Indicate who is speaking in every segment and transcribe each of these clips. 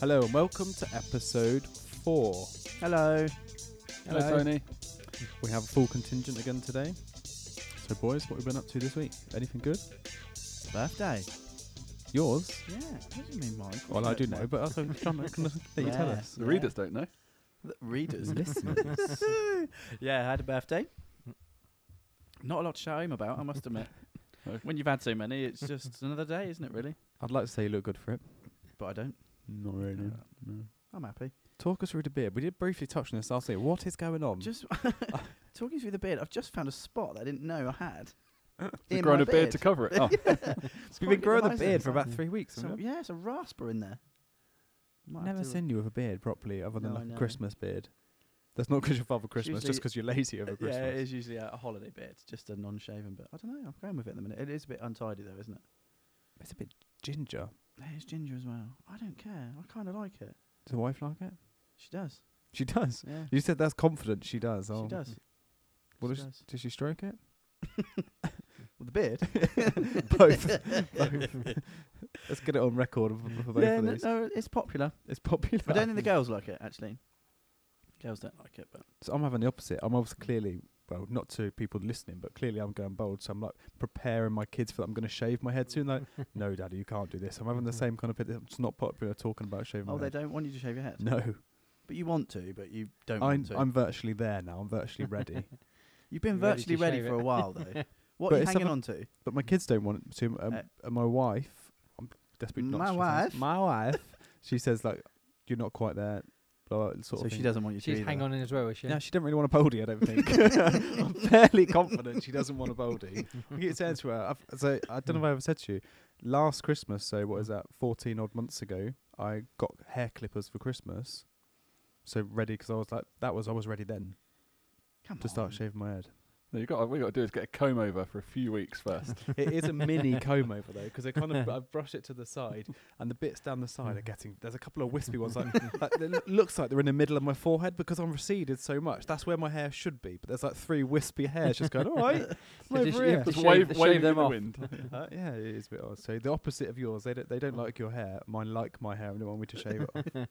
Speaker 1: Hello and welcome to episode four.
Speaker 2: Hello.
Speaker 1: Hello, Tony. We have a full contingent again today. So, boys, what have we been up to this week? Anything good?
Speaker 2: Birthday.
Speaker 1: Yours?
Speaker 2: Yeah. What do you mean, Mike?
Speaker 1: Well, I do know, but I was trying to let you tell
Speaker 2: Yeah.
Speaker 1: us.
Speaker 3: The readers don't know.
Speaker 2: readers, listeners. yeah, I had a birthday. Not a lot to shout home about, I must admit.
Speaker 3: No.
Speaker 2: when you've had so many, it's just another day, isn't it, really?
Speaker 1: I'd like to say you look good for it.
Speaker 2: But I don't.
Speaker 1: Not really.
Speaker 2: Uh, I'm happy.
Speaker 1: Talk us through the beard. We did briefly touch on this last week. What is going on?
Speaker 2: Just talking through the beard, I've just found a spot that I didn't know I had.
Speaker 3: You've
Speaker 2: in
Speaker 3: grown
Speaker 2: my
Speaker 3: a beard to cover it. Oh,
Speaker 1: We've been growing
Speaker 2: quite
Speaker 1: the
Speaker 2: organised,
Speaker 1: beard for
Speaker 2: isn't it?
Speaker 1: about three weeks.
Speaker 2: So,
Speaker 1: haven't we?
Speaker 2: yeah, it's a rasper in there. Might have
Speaker 1: Never
Speaker 2: to-
Speaker 1: seen you with a beard properly, other than
Speaker 2: No, I
Speaker 1: like a
Speaker 2: know.
Speaker 1: Christmas beard. That's not because your father Christmas, just
Speaker 2: usually-
Speaker 1: because you're lazy over Christmas.
Speaker 2: Yeah, it is usually a a holiday bit. It's just a non-shaven bit. I don't know. I'm going with it at the minute. It is a bit untidy though, isn't it?
Speaker 1: It's a bit ginger.
Speaker 2: There's ginger as well. I don't care. I kind of like it.
Speaker 1: Does the wife like it?
Speaker 2: She does.
Speaker 1: She does.
Speaker 2: Yeah.
Speaker 1: You said that's confident. She does. Oh.
Speaker 2: She does.
Speaker 1: What
Speaker 2: she
Speaker 1: does,
Speaker 2: does.
Speaker 1: does she stroke it?
Speaker 2: With the beard.
Speaker 1: both. both. Let's get it on record for, for both
Speaker 2: yeah,
Speaker 1: of
Speaker 2: no,
Speaker 1: these.
Speaker 2: no, it's popular.
Speaker 1: It's popular.
Speaker 2: I don't think the girls like it actually. Girls don't like it, but
Speaker 1: So I'm having the opposite. I'm obviously clearly, well, not to people listening, but clearly I'm going bold. So I'm like preparing my kids for that. I'm going to shave my head soon. Like, no, daddy, you can't do this. I'm having the same kind of bit. It's not popular talking about shaving
Speaker 2: Mm-hmm. oh,
Speaker 1: my
Speaker 2: they
Speaker 1: head.
Speaker 2: don't want you to shave your head.
Speaker 1: No,
Speaker 2: but you want to, but you don't
Speaker 1: I'm,
Speaker 2: want to.
Speaker 1: I'm virtually there now. I'm virtually ready.
Speaker 2: You've been
Speaker 4: You're ready
Speaker 2: virtually
Speaker 4: to
Speaker 2: ready,
Speaker 4: shave
Speaker 2: for a
Speaker 4: it.
Speaker 2: while though. What
Speaker 1: But
Speaker 2: are you
Speaker 1: it's
Speaker 2: hanging
Speaker 1: something-
Speaker 2: on to?
Speaker 1: But my kids don't want to. Um,
Speaker 2: Uh,
Speaker 1: and my wife, I'm desperate. Not
Speaker 2: My
Speaker 1: to say this,
Speaker 2: wife?
Speaker 1: my wife. She says like, "You're not quite there." Blah, blah, sort
Speaker 2: So
Speaker 1: of.
Speaker 2: she
Speaker 1: thing.
Speaker 2: doesn't want you
Speaker 4: She's
Speaker 2: to.
Speaker 4: hang on in as well, is she?
Speaker 1: No, she didn't really want a boldy. I don't think. I'm fairly confident she doesn't want a boldy. I keep saying to her, I've, so I don't know if I ever said to you, last Christmas. So what is that? Fourteen odd months ago, I got hair clippers for Christmas. So ready because I was like, that was I was ready then
Speaker 2: Come
Speaker 1: to
Speaker 2: on.
Speaker 1: start shaving my head.
Speaker 3: no, you got what we got to do is get a comb over for a few weeks first.
Speaker 1: It is a mini comb over though, because I kind of I brush it to the side, and the bits down the side are getting. There's a couple of wispy ones like, like it looks like they're in the middle of my forehead because I'm receded so much. That's where my hair should be, but there's like three wispy hairs just going. All right, I'm
Speaker 4: So
Speaker 1: over
Speaker 4: just- you
Speaker 1: here."
Speaker 4: have to
Speaker 3: Just wave,
Speaker 4: shave- shave
Speaker 3: wave
Speaker 4: them
Speaker 3: in the
Speaker 4: off.
Speaker 3: wind.
Speaker 1: Uh, yeah, it is a bit odd. So the opposite of yours, they don't, they don't like your hair. Mine like my hair and they want me to shave it. off.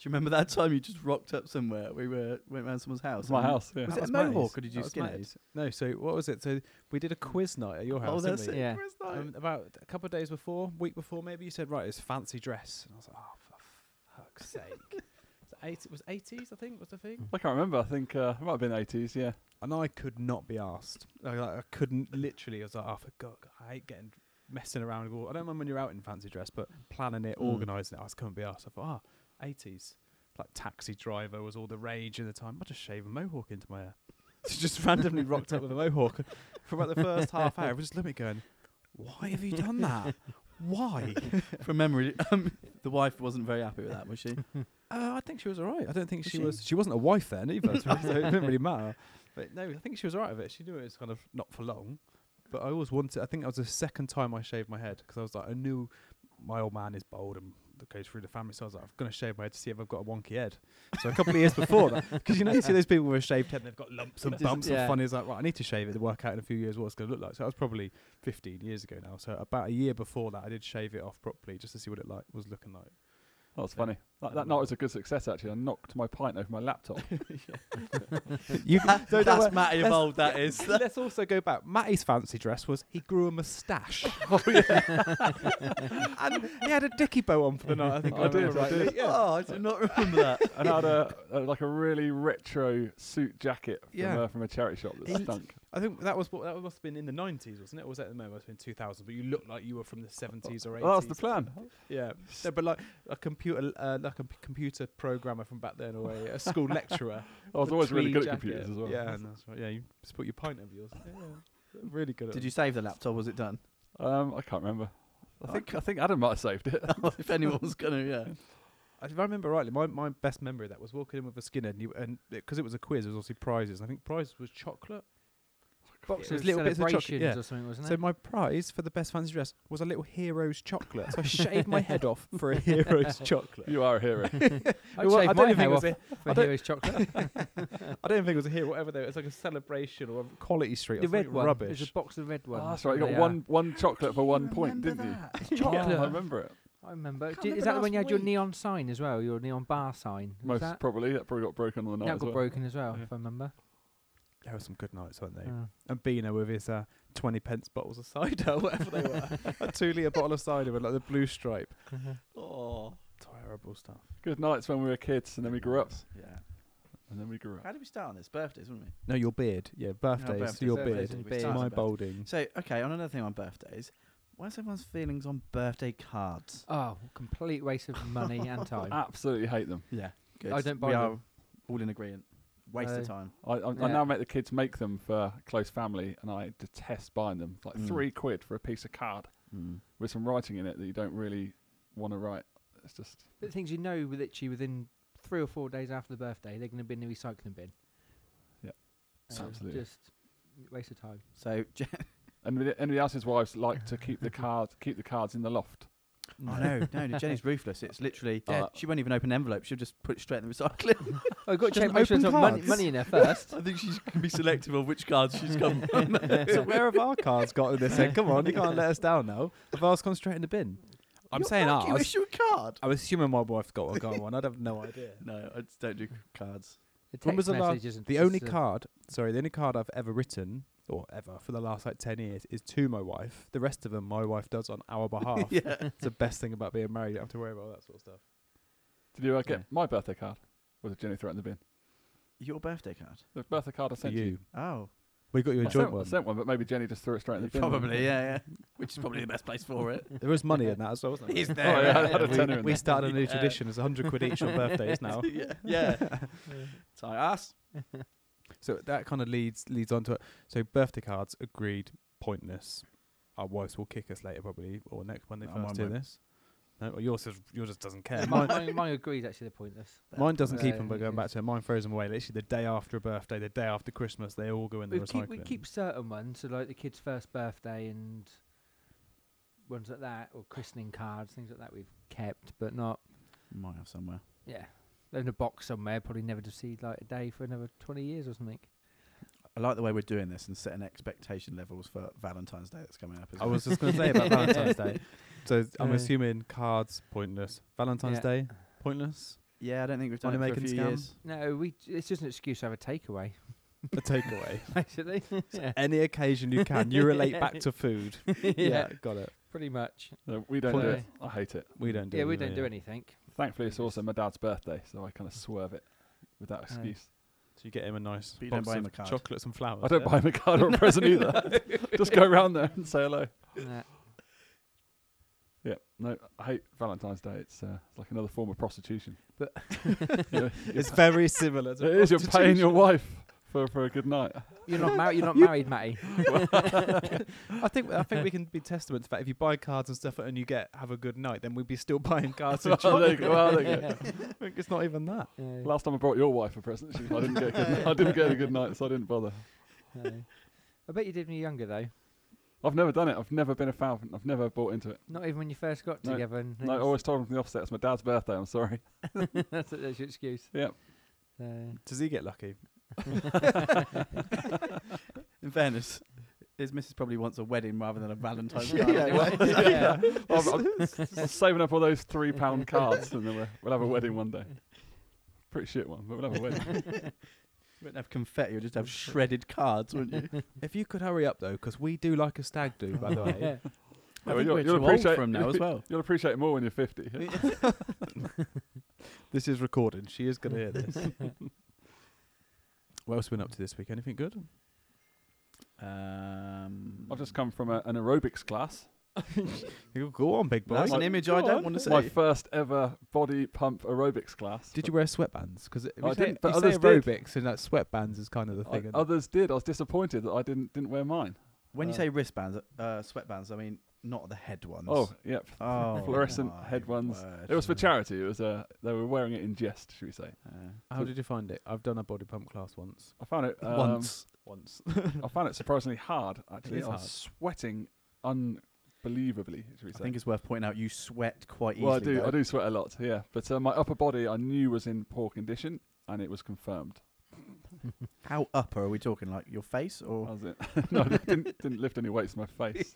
Speaker 2: Do you remember that time you just rocked up somewhere? We were went round someone's house.
Speaker 3: It's my
Speaker 2: and-
Speaker 3: house. Yeah.
Speaker 2: Was
Speaker 1: That
Speaker 2: it a
Speaker 1: Matty's.
Speaker 2: mohawk or did you
Speaker 1: That was
Speaker 2: skin it?
Speaker 1: Matty's. No. So what was it? So we did a quiz night at your
Speaker 2: Oh,
Speaker 1: house. didn't
Speaker 2: that's
Speaker 1: we?
Speaker 2: it.
Speaker 4: Yeah.
Speaker 2: Chris, no.
Speaker 1: Um, about a couple of days before, week before, maybe you said, right, it's fancy dress, and I was like, oh, for fuck's sake. So eight, it was eighties, I think, was the thing.
Speaker 3: I can't remember. I think uh, it might have been 80s. Yeah.
Speaker 1: And I could not be asked. Like, like, I couldn't literally. I was like, oh, for God, I hate getting messing around. with all- I don't mind when you're out in fancy dress, but planning it,
Speaker 2: Mm.
Speaker 1: organising it, I just couldn't be asked. I thought, ah, eighties, like taxi driver was all the rage at the time. I just shave a mohawk into my hair. So just randomly rocked up with a mohawk for about the first half hour. I was just looking at it going, why have you done that? Why?
Speaker 2: From memory, um, the wife wasn't very happy with that, was she?
Speaker 1: Uh, I think she was all right. I don't think
Speaker 2: Was
Speaker 1: she,
Speaker 2: she?
Speaker 1: was. She wasn't a wife then either, so it didn't really matter. But no, I think she was all right with it. She knew it was kind of not for long. But I always wanted. I think that was the second time I shaved my head because I was like, I knew my old man is bald and that goes through the family, so I was like, I'm gonna shave my head to see if I've got a wonky head. So a couple of years before that, because you know you see those people with a shaved head, and they've got lumps and
Speaker 4: Just-
Speaker 1: bumps
Speaker 4: yeah.
Speaker 1: and funny. It's like, right, I need to shave it to work out in a few years what it's gonna look like. So that was probably 15 years ago now. So about a year before that, I did shave it off properly just to see what it like was looking like.
Speaker 3: That was
Speaker 1: Yeah.
Speaker 3: funny. That, that night was a good success, actually. I knocked my pint over my laptop.
Speaker 1: You
Speaker 2: no,
Speaker 1: don't
Speaker 2: that's
Speaker 1: worry.
Speaker 2: Matty of
Speaker 1: Let's-
Speaker 2: old, that is.
Speaker 1: Let's also go back. Matty's fancy dress was he grew a moustache. and he had a dicky bow on for the night. I think
Speaker 3: I did,
Speaker 1: remember
Speaker 3: I
Speaker 1: rightly.
Speaker 3: did.
Speaker 1: Yeah.
Speaker 2: Oh, I do not remember that.
Speaker 3: and I had a, a, like a really retro suit jacket from,
Speaker 1: Yeah.
Speaker 3: uh, from a charity shop that
Speaker 1: He-
Speaker 3: stunk.
Speaker 1: I think that was what that must have been in the nineties, wasn't it? Or was that at the moment? It must have been two thousand. But you looked like you were from the seventies or eighties.
Speaker 3: Well, that was the plan.
Speaker 1: Yeah, No, but like a computer, uh, like a p- computer programmer from back then, or a, a school lecturer.
Speaker 3: I was
Speaker 1: The
Speaker 3: always really
Speaker 1: tweed
Speaker 3: good at
Speaker 1: jacket.
Speaker 3: computers as well.
Speaker 1: Yeah, and that's right. Yeah, you just put your pint over yours. Yeah, really good. At
Speaker 2: Did you save the laptop? Was it done?
Speaker 3: Um, I can't remember. I
Speaker 2: I
Speaker 3: think I think Adam might have saved it.
Speaker 2: if anyone was gonna, yeah.
Speaker 1: If I remember rightly, my, my best memory of that was walking in with a skinhead, and because and, because it was a quiz, there was obviously prizes. And I think prizes was chocolate. was
Speaker 4: boxes of
Speaker 1: little bits of chocolate,
Speaker 4: celebrations
Speaker 1: yeah.
Speaker 4: or something, wasn't
Speaker 1: So
Speaker 4: it?
Speaker 1: my prize for the best fancy dress was a little hero's chocolate. So I shaved my head off for a hero's chocolate.
Speaker 3: You are a hero.
Speaker 4: I'd
Speaker 1: Well,
Speaker 4: shave
Speaker 1: I don't
Speaker 4: my
Speaker 1: even
Speaker 4: hair
Speaker 1: think it
Speaker 4: off
Speaker 1: was a-
Speaker 4: for
Speaker 1: I don't-
Speaker 4: Heroes chocolate.
Speaker 1: I don't think it was a hero, whatever though. It's like a celebration or a quality street. or
Speaker 4: the red
Speaker 1: something
Speaker 4: one.
Speaker 1: Rubbish. Ah,
Speaker 4: There's a box of red one.
Speaker 3: Oh, that's right. You got
Speaker 4: Yeah.
Speaker 3: one one chocolate for one point, didn't you?
Speaker 4: Chocolate.
Speaker 3: I remember it.
Speaker 4: I remember.
Speaker 2: Can't
Speaker 4: Did,
Speaker 2: remember
Speaker 4: is that the
Speaker 2: last
Speaker 4: one you had your
Speaker 2: week.
Speaker 4: neon sign as well? Your neon bar sign. Was
Speaker 3: Most
Speaker 4: that?
Speaker 3: probably. That probably got broken on the night.
Speaker 4: that
Speaker 3: as
Speaker 4: got
Speaker 3: well.
Speaker 4: broken as well,
Speaker 1: Yeah.
Speaker 4: if I remember.
Speaker 1: there were some good nights, weren't they?
Speaker 4: Uh,
Speaker 1: And Bino with his uh, twenty pence bottles of cider, whatever they were, a two liter bottle of cider with like the blue stripe.
Speaker 2: Oh,
Speaker 1: Terrible stuff.
Speaker 3: Good nights when we were kids, and then we grew up.
Speaker 2: yeah.
Speaker 3: And then we grew up.
Speaker 2: How did we start on this? Birthdays, wouldn't we?
Speaker 1: No, your beard. Yeah, Oh, birthdays.
Speaker 2: birthdays,
Speaker 1: your
Speaker 2: birthdays,
Speaker 1: beard.
Speaker 2: and
Speaker 1: It's
Speaker 2: beards.
Speaker 1: My
Speaker 2: Birthdays.
Speaker 1: balding.
Speaker 2: So, okay, on another thing on birthdays, what's everyone's feelings on birthday cards?
Speaker 4: oh, complete waste of money and
Speaker 1: Ah.
Speaker 4: time.
Speaker 3: Absolutely hate them.
Speaker 2: Yeah, good.
Speaker 4: I don't buy
Speaker 2: We
Speaker 4: them.
Speaker 2: are all in agreement. Waste
Speaker 4: No.
Speaker 2: of time.
Speaker 3: I, I,
Speaker 4: Yeah.
Speaker 3: I now make the kids make them for close family, and I detest buying them. It's Like
Speaker 2: Mm.
Speaker 3: three quid for a piece of card with some writing in it that you don't really want to write. It's just
Speaker 4: The things you know, literally within three or four days after the birthday, they're going to be in the recycling bin.
Speaker 3: Yeah.
Speaker 4: Uh,
Speaker 3: Absolutely.
Speaker 4: Just waste of time.
Speaker 2: So, Je-
Speaker 3: and with- anybody else's wives like to keep the card keep the cards in the loft.
Speaker 2: oh no, no, no, Jenny's ruthless. It's literally,
Speaker 3: Yeah.
Speaker 2: she won't even open an envelope. She'll just put it straight in the recycling.
Speaker 4: Oh, you've got to
Speaker 1: She doesn't
Speaker 4: check make sure there's
Speaker 1: open
Speaker 4: not money,
Speaker 1: cards.
Speaker 4: money in there first.
Speaker 2: I think she can be selective of which cards she's come
Speaker 1: so where have our cards got in this? Then come on, you can't let us down now. Have ours gone straight in the bin? I'm saying
Speaker 2: You
Speaker 1: ours.
Speaker 2: issue a card?
Speaker 1: I'm assuming my wife's got one. Got one. I'd have no idea.
Speaker 2: No, I just don't do cards.
Speaker 4: The
Speaker 1: When was
Speaker 4: text
Speaker 1: the last-
Speaker 4: message isn't
Speaker 1: The
Speaker 4: just
Speaker 1: only
Speaker 4: a-
Speaker 1: card, sorry, the only card I've ever written or ever for the last like ten years is to my wife. The rest of them, my wife does on our behalf.
Speaker 2: yeah.
Speaker 1: It's the best thing about being married. You don't have to worry about that sort of stuff.
Speaker 3: Did you uh, get
Speaker 2: Yeah.
Speaker 3: my birthday card? Or did Jenny throw it in the bin?
Speaker 2: Your birthday card?
Speaker 3: The birthday card I sent
Speaker 1: you.
Speaker 3: you.
Speaker 2: Oh.
Speaker 1: We got you a
Speaker 3: I
Speaker 1: joint
Speaker 3: sent, I
Speaker 1: one.
Speaker 3: sent one, but maybe Jenny just threw it straight in the bin.
Speaker 2: Probably, yeah, yeah. Which is probably the best place for it.
Speaker 1: There was money in that as well, wasn't there?
Speaker 2: Is
Speaker 3: Oh, yeah,
Speaker 2: there?
Speaker 3: I had a tenner in
Speaker 1: We
Speaker 3: there.
Speaker 1: started a new
Speaker 2: Yeah.
Speaker 1: tradition. It's 100 quid each on birthdays now.
Speaker 2: yeah. yeah. Tie us.
Speaker 1: So that kind of leads leads on to it. So birthday cards agreed, pointless. Our wives will kick us later probably, or next when they
Speaker 2: No, mine
Speaker 1: first do
Speaker 2: won't.
Speaker 1: this. No, well, yours is, yours just doesn't care.
Speaker 4: mine,
Speaker 1: mine,
Speaker 4: mine, mine agrees, actually, they're pointless.
Speaker 1: mine doesn't keep
Speaker 4: Yeah,
Speaker 1: 'em, But going back to it, mine throws 'em away. Literally the day after a birthday, the day after Christmas, they all go in the
Speaker 4: We
Speaker 1: recycling.
Speaker 4: keep, we keep certain ones, so like the kid's first birthday and ones like that, or christening cards, things like that we've kept, but not,
Speaker 2: Might have somewhere.
Speaker 4: yeah, They're in a box somewhere, probably never to see like a day for another 20 years or something.
Speaker 2: I like the way we're doing this and setting expectation levels for Valentine's Day that's coming up. as
Speaker 1: I
Speaker 2: well.
Speaker 1: was just going to say about Valentine's Day. So I'm
Speaker 4: Uh,
Speaker 1: assuming cards pointless. Valentine's
Speaker 4: yeah.
Speaker 1: Day pointless.
Speaker 2: yeah, I don't think we've done it
Speaker 1: Wanna
Speaker 2: for a
Speaker 1: make
Speaker 2: few
Speaker 1: it scam?
Speaker 2: years.
Speaker 4: No, we. it's just an excuse to have a takeaway,
Speaker 1: A takeaway.
Speaker 4: basically. yeah.
Speaker 1: Any occasion you can, you relate back to food.
Speaker 4: yeah,
Speaker 1: yeah, got it.
Speaker 4: pretty much.
Speaker 3: No, we don't do
Speaker 4: Pointless.
Speaker 3: it. I hate it.
Speaker 1: We don't do.
Speaker 4: yeah,
Speaker 1: it
Speaker 4: we
Speaker 1: either,
Speaker 4: don't do anything.
Speaker 3: Thankfully, it's also my dad's birthday, so I kind of swerve it with that excuse.
Speaker 1: So you get him a nice
Speaker 2: But you don't
Speaker 1: box
Speaker 2: buy him
Speaker 1: of
Speaker 2: a card.
Speaker 1: chocolates and flowers.
Speaker 3: I don't buy him a card or a present either. just go around there and say hello.
Speaker 4: Nah.
Speaker 3: Yeah, no, I hate Valentine's Day. It's, uh, it's like another form of prostitution.
Speaker 4: But-
Speaker 3: You're-
Speaker 1: It's very similar.
Speaker 3: it is. You're paying your wife for, for a good night.
Speaker 4: You're not married. You're not married, Matty.
Speaker 1: I think I think we can be testament to that. If you buy cards and stuff and you get have a good night, then we'd be still buying cards and
Speaker 3: Oh, there you
Speaker 1: chocolate.
Speaker 3: go. Well, there you go.
Speaker 1: I think it's not even that.
Speaker 4: Yeah.
Speaker 3: Last time I brought your wife a present, she, I didn't get a good, I didn't get a good night, so I didn't bother.
Speaker 4: No. I bet you did when you were younger, though.
Speaker 3: I've never done it. I've never been a fan. I've never bought into it.
Speaker 4: Not even when you first got
Speaker 3: No,
Speaker 4: together. And
Speaker 3: No, I always told him from the offset. It's my dad's birthday. I'm sorry.
Speaker 4: that's, that's your excuse.
Speaker 3: Yep.
Speaker 4: So-
Speaker 1: Does he get lucky?
Speaker 2: In fairness, his missus probably wants a wedding rather than a Valentine's
Speaker 1: Yeah,
Speaker 2: card.
Speaker 1: yeah,
Speaker 2: anyway.
Speaker 4: yeah.
Speaker 3: I'm, I'm- I'm saving up all those three pound cards, and then we'll, we'll have a wedding one day. Pretty shit one, but we'll have a wedding.
Speaker 2: You wouldn't have confetti, you'd just have shredded cards, wouldn't you?
Speaker 1: If you could hurry up though, because we do like a stag do, by the way.
Speaker 4: Yeah.
Speaker 2: I
Speaker 3: Yeah, well,
Speaker 2: think
Speaker 3: you'll-
Speaker 2: we're
Speaker 3: you'll
Speaker 2: too old
Speaker 3: appreciate-
Speaker 2: for 'em now as well.
Speaker 3: You'll appreciate it more when you're 50.
Speaker 1: This is recorded. She is going to hear this. what else been up to this week? Anything good?
Speaker 2: Um,
Speaker 3: I've just come from a, an aerobics class.
Speaker 1: Go on, big boy.
Speaker 2: That's an image I
Speaker 3: Go
Speaker 2: don't
Speaker 3: on.
Speaker 2: want to see.
Speaker 3: My first ever body pump aerobics class.
Speaker 1: Did you wear sweatbands? Because Oh, I
Speaker 3: I
Speaker 1: didn't.
Speaker 3: didn't, but
Speaker 1: you say
Speaker 3: others did.
Speaker 1: aerobics and that sweatbands is kind of the
Speaker 3: I-
Speaker 1: thing. isn't it?
Speaker 3: others did. I was disappointed that I didn't didn't wear mine.
Speaker 2: When you
Speaker 3: Uh,
Speaker 2: say wristbands, uh, sweatbands, I mean not the head ones.
Speaker 3: Oh, yep.
Speaker 2: Oh,
Speaker 3: Fluorescent
Speaker 2: my
Speaker 3: head ones.
Speaker 2: word.
Speaker 3: It was for charity. It was uh, they were wearing it in jest, should we say?
Speaker 2: Uh,
Speaker 1: How did you find it? I've done a body pump class once.
Speaker 3: I found it um,
Speaker 1: once. Once.
Speaker 3: I found it surprisingly hard. Actually,
Speaker 1: is
Speaker 3: I was
Speaker 1: hard.
Speaker 3: sweating unbelievably. Should we
Speaker 2: I
Speaker 3: say?
Speaker 2: think it's worth pointing out you sweat quite easily.
Speaker 3: well, I do.
Speaker 2: though.
Speaker 3: I do sweat a lot. Yeah, but uh, my upper body I knew was in poor condition, and it was confirmed.
Speaker 2: How upper are we talking? Like your face
Speaker 3: I
Speaker 1: Oh,
Speaker 2: or?
Speaker 3: was it. no, I didn't, didn't lift any weights to my face.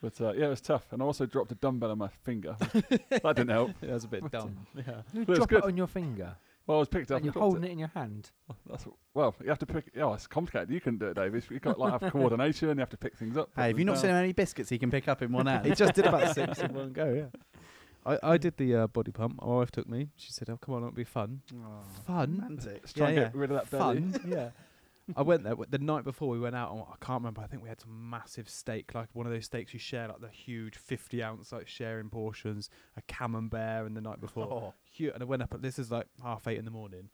Speaker 3: But uh, yeah, it was tough, and I also dropped a dumbbell on my finger. that didn't help.
Speaker 1: yeah, that's a bit dumb. Yeah.
Speaker 4: uh, You
Speaker 3: Looks
Speaker 4: drop
Speaker 3: good.
Speaker 4: it on your finger.
Speaker 3: Well, I was picked up.
Speaker 4: and you're
Speaker 3: and dropped
Speaker 4: holding it. in your hand.
Speaker 3: That's well. You have to pick. Yeah, it's complicated. You can do it, David. You got like have coordination. You have to pick things up.
Speaker 2: Hey, have you not seen how many biscuits he can pick up in one hand?
Speaker 1: he just did about six in one go. Yeah. I, I did the uh, body pump. My wife took me. She said, "Oh, come on, it'll be fun." Fun.
Speaker 2: Romantic.
Speaker 3: Let's
Speaker 1: Yeah,
Speaker 3: try and get
Speaker 1: yeah.
Speaker 3: rid of that belly.
Speaker 1: Fun. yeah. I went there w- the night before we went out. And I can't remember. I think we had some massive steak, like one of those steaks you share, like the huge fifty ounce, like sharing portions. A camembert, and the night before.
Speaker 2: Oh.
Speaker 1: Hu- and I went up. At, this is like half eight in the morning.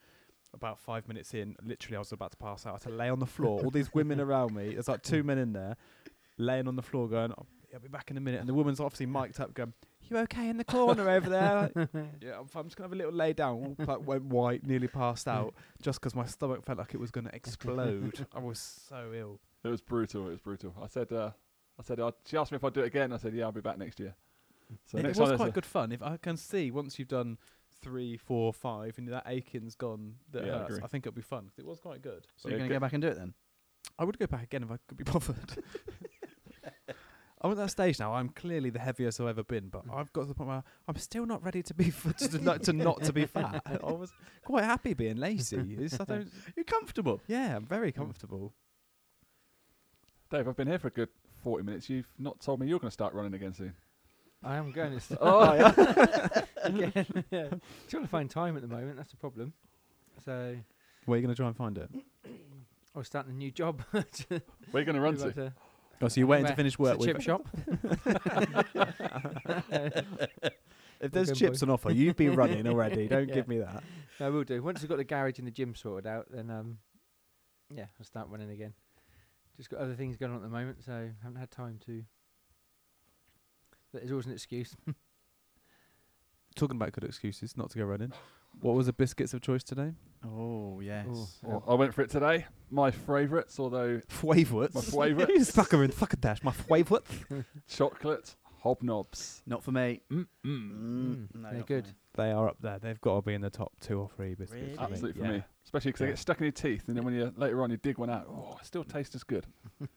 Speaker 1: About five minutes in, literally, I was about to pass out. I had to lay on the floor. All these women around me. There's like
Speaker 3: Mm.
Speaker 1: two men in there, laying on the floor, going, oh, "I'll be back in a minute." And the woman's obviously mic'd up, going, "You okay in the corner over there?" Like, yeah, I'm, I'm just gonna have a little lay down. All, Like went white, nearly passed out, just 'cause my stomach felt like it was gonna explode. I was so ill.
Speaker 3: It was brutal. It was brutal. I said. Uh, I said. I, she asked me if I'd do it again. I said, Yeah, I'll be back next year. So
Speaker 1: it
Speaker 3: next
Speaker 1: was
Speaker 3: time there's
Speaker 1: quite
Speaker 3: a-
Speaker 1: good fun. If I can see once you've done three, four, five, and that aching's gone, that
Speaker 3: Yeah, I
Speaker 1: hurts.
Speaker 3: agree.
Speaker 1: I think it'll be fun 'cause it was quite good.
Speaker 2: So you're
Speaker 3: Yeah,
Speaker 2: going
Speaker 3: go-
Speaker 2: to go back and do it then?
Speaker 1: I would go back again if I could be bothered. I'm at that stage now. I'm clearly the heaviest I've ever been, but I've got to the point where I'm still not ready to be f- to, not, to not to be fat. I was quite happy being lazy. It's, I don't,
Speaker 2: You're comfortable.
Speaker 1: yeah, I'm very comfortable.
Speaker 3: Dave, I've been here for a good forty minutes. You've not told me you're going to start running again soon.
Speaker 4: I am going to start.
Speaker 3: Oh,
Speaker 4: Again, yeah. Trying to find time at the moment. That's a problem. So
Speaker 1: Where are you going to try and find it?
Speaker 4: I was starting a new job.
Speaker 3: Where are you going to run
Speaker 4: About
Speaker 3: to?
Speaker 4: to-
Speaker 1: Oh, so you're waiting to
Speaker 4: Where?
Speaker 1: finish
Speaker 4: it's a
Speaker 1: work?
Speaker 4: chip
Speaker 1: With
Speaker 4: shop.
Speaker 1: if
Speaker 4: there's
Speaker 1: there's
Speaker 4: Okay, chips
Speaker 1: chips
Speaker 4: boy.
Speaker 1: on offer, you've been running already. Don't
Speaker 4: Yeah. give
Speaker 1: give me that.
Speaker 4: I will do. Once I've got the garage and the gym sorted out, then um, yeah, I'll start running again. Just got other things going on at the moment, so haven't had time to. But there's always an excuse.
Speaker 1: Talking about good excuses not to go running. What was the biscuits of choice today?
Speaker 2: Oh, yes.
Speaker 3: Well, I went for it today. My favourites, although
Speaker 1: Favourites.
Speaker 3: My favourites.
Speaker 1: you fucker in fucker dash. My favourites.
Speaker 3: chocolate hobnobs.
Speaker 2: Not for me.
Speaker 3: Mm, mm.
Speaker 2: Mm,
Speaker 4: Mm,
Speaker 2: no,
Speaker 4: they're
Speaker 2: not for
Speaker 4: good.
Speaker 2: me.
Speaker 1: They are up there. They've got to be in the top two or three biscuits.
Speaker 2: Really?
Speaker 3: Absolutely for
Speaker 1: Yeah.
Speaker 3: me, especially because
Speaker 1: Yeah.
Speaker 3: they get stuck in your teeth, and then when you later on you dig one out, oh, it still tastes as good.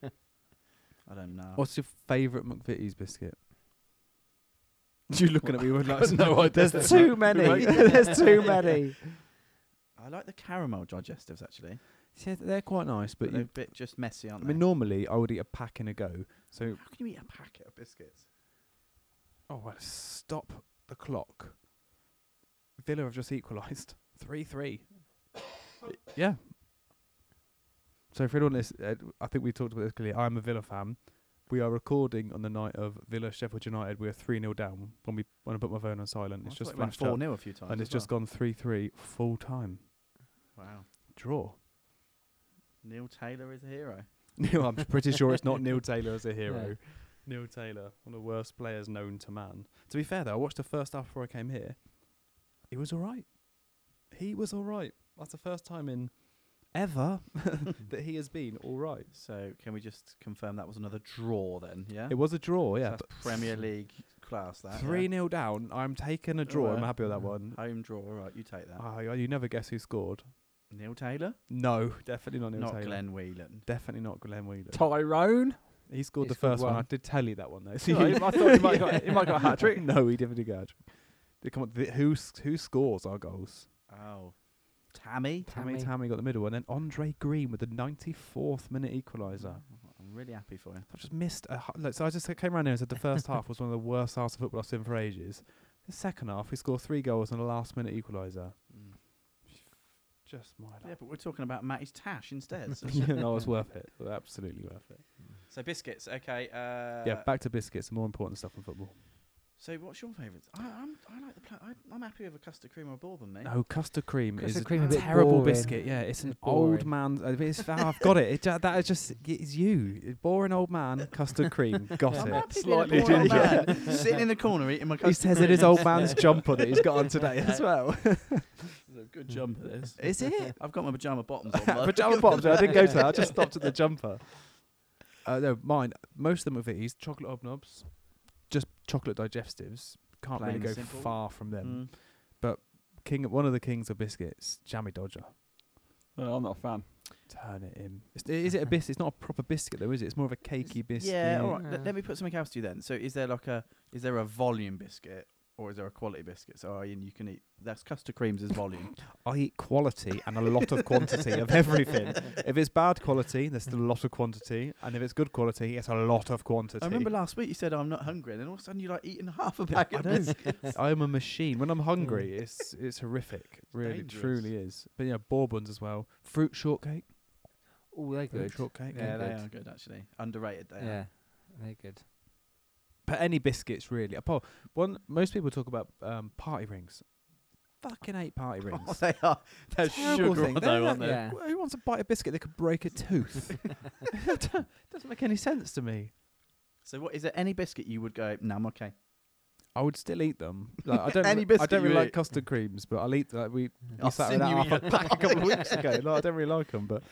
Speaker 2: I don't know.
Speaker 1: What's your favourite McVitie's biscuit? You looking at me with like
Speaker 3: no idea.
Speaker 1: There's too many. There's too many.
Speaker 2: I like the caramel digestives, actually.
Speaker 1: Yeah, they're quite nice,
Speaker 2: But
Speaker 1: but
Speaker 2: they're a
Speaker 1: you,
Speaker 2: bit just messy,
Speaker 1: I
Speaker 2: aren't they?
Speaker 1: mean, normally I would eat a pack in a go. So
Speaker 2: How can you eat a packet of biscuits?
Speaker 1: Oh, well, stop the clock. Villa have just equalised. 3 3. yeah. So, for anyone listening, uh, I think we talked about this clearly. I'm a Villa fan. We are recording on the night of Villa Sheffield United. We are 3 0 down when we when I put my phone on silent.
Speaker 2: I
Speaker 1: It's
Speaker 2: thought
Speaker 1: just
Speaker 2: it went
Speaker 1: flashed up.
Speaker 2: 4-0 a few times.
Speaker 1: And it's
Speaker 2: as
Speaker 1: just gone 3 3 full time.
Speaker 2: well. Wow.
Speaker 1: Draw.
Speaker 2: Neil Taylor is a hero.
Speaker 1: Neil, I'm pretty sure it's not Neil Taylor as a hero.
Speaker 4: Yeah.
Speaker 1: Neil Taylor, one of the worst players known to man. To be fair, though, I watched the first half before I came here. He was all right. He was all right. That's the first time in ever that he has been all right.
Speaker 2: So can we just confirm that was another draw then? Yeah.
Speaker 1: It was a draw,
Speaker 2: So
Speaker 1: yeah.
Speaker 2: that's Premier League class. That yeah.
Speaker 1: 3 nil down. I'm taking a draw. I'm
Speaker 2: Alright.
Speaker 1: happy with that one.
Speaker 2: home draw. All right, you take that.
Speaker 1: Ah, you never guess who scored.
Speaker 2: Neil Taylor,
Speaker 1: No, definitely not Neil
Speaker 2: not
Speaker 1: Taylor.
Speaker 2: Glenn Whelan.
Speaker 1: Definitely not Glenn Wheeler.
Speaker 3: Tyrone.
Speaker 1: He scored
Speaker 4: He
Speaker 1: the
Speaker 4: scored
Speaker 1: first one.
Speaker 4: one.
Speaker 1: I did tell you that one though. So
Speaker 3: Oh, I thought he might got- he might got a hat trick.
Speaker 1: No, he definitely got. a hat trick. They Come on, th- who s- who scores our goals?
Speaker 2: Oh, Tammy.
Speaker 1: Tammy. Tammy
Speaker 4: Tammy.
Speaker 1: got the middle one, then Andre Green with the 94th minute equaliser.
Speaker 2: Oh, I'm really happy for you.
Speaker 1: I just missed a. hu- Like, so I just came around here and said the first half was one of the worst halves of football I've seen for ages. The second half, we scored three goals and a last minute equaliser. Just my
Speaker 2: Mm. Yeah,
Speaker 1: luck.
Speaker 2: but we're talking about Matty's Tash instead. So,
Speaker 1: you know, it was worth it. It was Absolutely worth it.
Speaker 2: so biscuits. Okay. Uh,
Speaker 1: yeah, back to biscuits. More important stuff in football.
Speaker 2: So, what's your favourite? I, I'm I like the pla- I, I'm happy with a custard cream or bourbon, mate.
Speaker 1: No, custard cream
Speaker 4: Custard
Speaker 1: is
Speaker 4: cream
Speaker 1: a
Speaker 4: is a bit
Speaker 1: terrible
Speaker 4: boring.
Speaker 1: biscuit. Yeah, it's an
Speaker 4: It's
Speaker 1: old
Speaker 4: boring.
Speaker 1: man's. uh, It's, I've got it. it. ju- That is just it's you, boring old man. Custard cream, got
Speaker 2: I'm
Speaker 1: it.
Speaker 2: happy being a
Speaker 3: Slightly
Speaker 2: poor old
Speaker 3: ginger.
Speaker 2: man, sitting in the corner eating my custard.
Speaker 1: He says in his old man's jumper that he's got on today as well.
Speaker 2: It's a good jumper. This
Speaker 1: Is it?
Speaker 2: I've got my pajama bottoms on. bud.
Speaker 1: Pajama bottoms. I didn't go to that. I just stopped at the jumper. Uh, no, mine. Most of them are these chocolate hobnobs, just chocolate digestives. Can't
Speaker 2: Plain
Speaker 1: really
Speaker 2: and
Speaker 1: go
Speaker 2: simple.
Speaker 1: far from them.
Speaker 2: Mm.
Speaker 4: Mm.
Speaker 1: King, one of the kings of biscuits, Jammy Dodger.
Speaker 3: No, I'm not a fan.
Speaker 1: Turn it in. Is, is it a biscuit? It's not a proper biscuit though, is it? It's more of a cakey biscuit.
Speaker 2: Yeah, all right. Let,
Speaker 4: Yeah.
Speaker 2: let me put something else to you then. So, is there like a is there a volume biscuit or is there a quality biscuit? So, Ian, you can eat. That's custard creams is volume.
Speaker 1: I eat quality and a lot of quantity of everything. If it's bad quality, there's still a lot of quantity, and if it's good quality, it's a lot of quantity.
Speaker 2: I remember last week you said I'm not hungry, and then all of a sudden you're like eating half a packet.
Speaker 1: I Mm.
Speaker 2: of
Speaker 1: know.
Speaker 2: biscuits.
Speaker 1: I'm a machine. When I'm hungry, it's it's horrific. Really,
Speaker 2: dangerous.
Speaker 1: truly is. But yeah, bourbons as well. Fruit shortcake.
Speaker 4: Oh, they're
Speaker 1: Fruit
Speaker 4: good.
Speaker 1: shortcake.
Speaker 4: Yeah,
Speaker 2: yeah, they
Speaker 4: good.
Speaker 2: are good actually. Underrated. They
Speaker 4: Yeah.
Speaker 2: are.
Speaker 4: they're good.
Speaker 1: But any biscuits really. Apart one, most people talk about um, party rings. Fucking hate party rings.
Speaker 2: Oh, they are. They're
Speaker 1: Terrible
Speaker 2: sugar
Speaker 1: thing.
Speaker 2: though,
Speaker 1: They're not-
Speaker 2: aren't they?
Speaker 4: Yeah.
Speaker 1: Wh- Who wants to bite a biscuit that could break a tooth? It doesn't make any sense to me.
Speaker 2: So, what is there any biscuit you would go? No, I'm okay.
Speaker 1: I would still eat them. Like, I don't. really,
Speaker 2: Any
Speaker 1: I
Speaker 2: biscuit
Speaker 1: don't
Speaker 2: you
Speaker 1: really like
Speaker 2: eat.
Speaker 1: custard creams, but I'll eat that. We, we
Speaker 2: I've
Speaker 1: sat
Speaker 2: seen
Speaker 1: with that
Speaker 2: you Hmm.
Speaker 1: half
Speaker 2: eat
Speaker 1: a
Speaker 2: a
Speaker 1: pack a couple of weeks
Speaker 2: pack.
Speaker 1: ago. Like, I don't really like them, but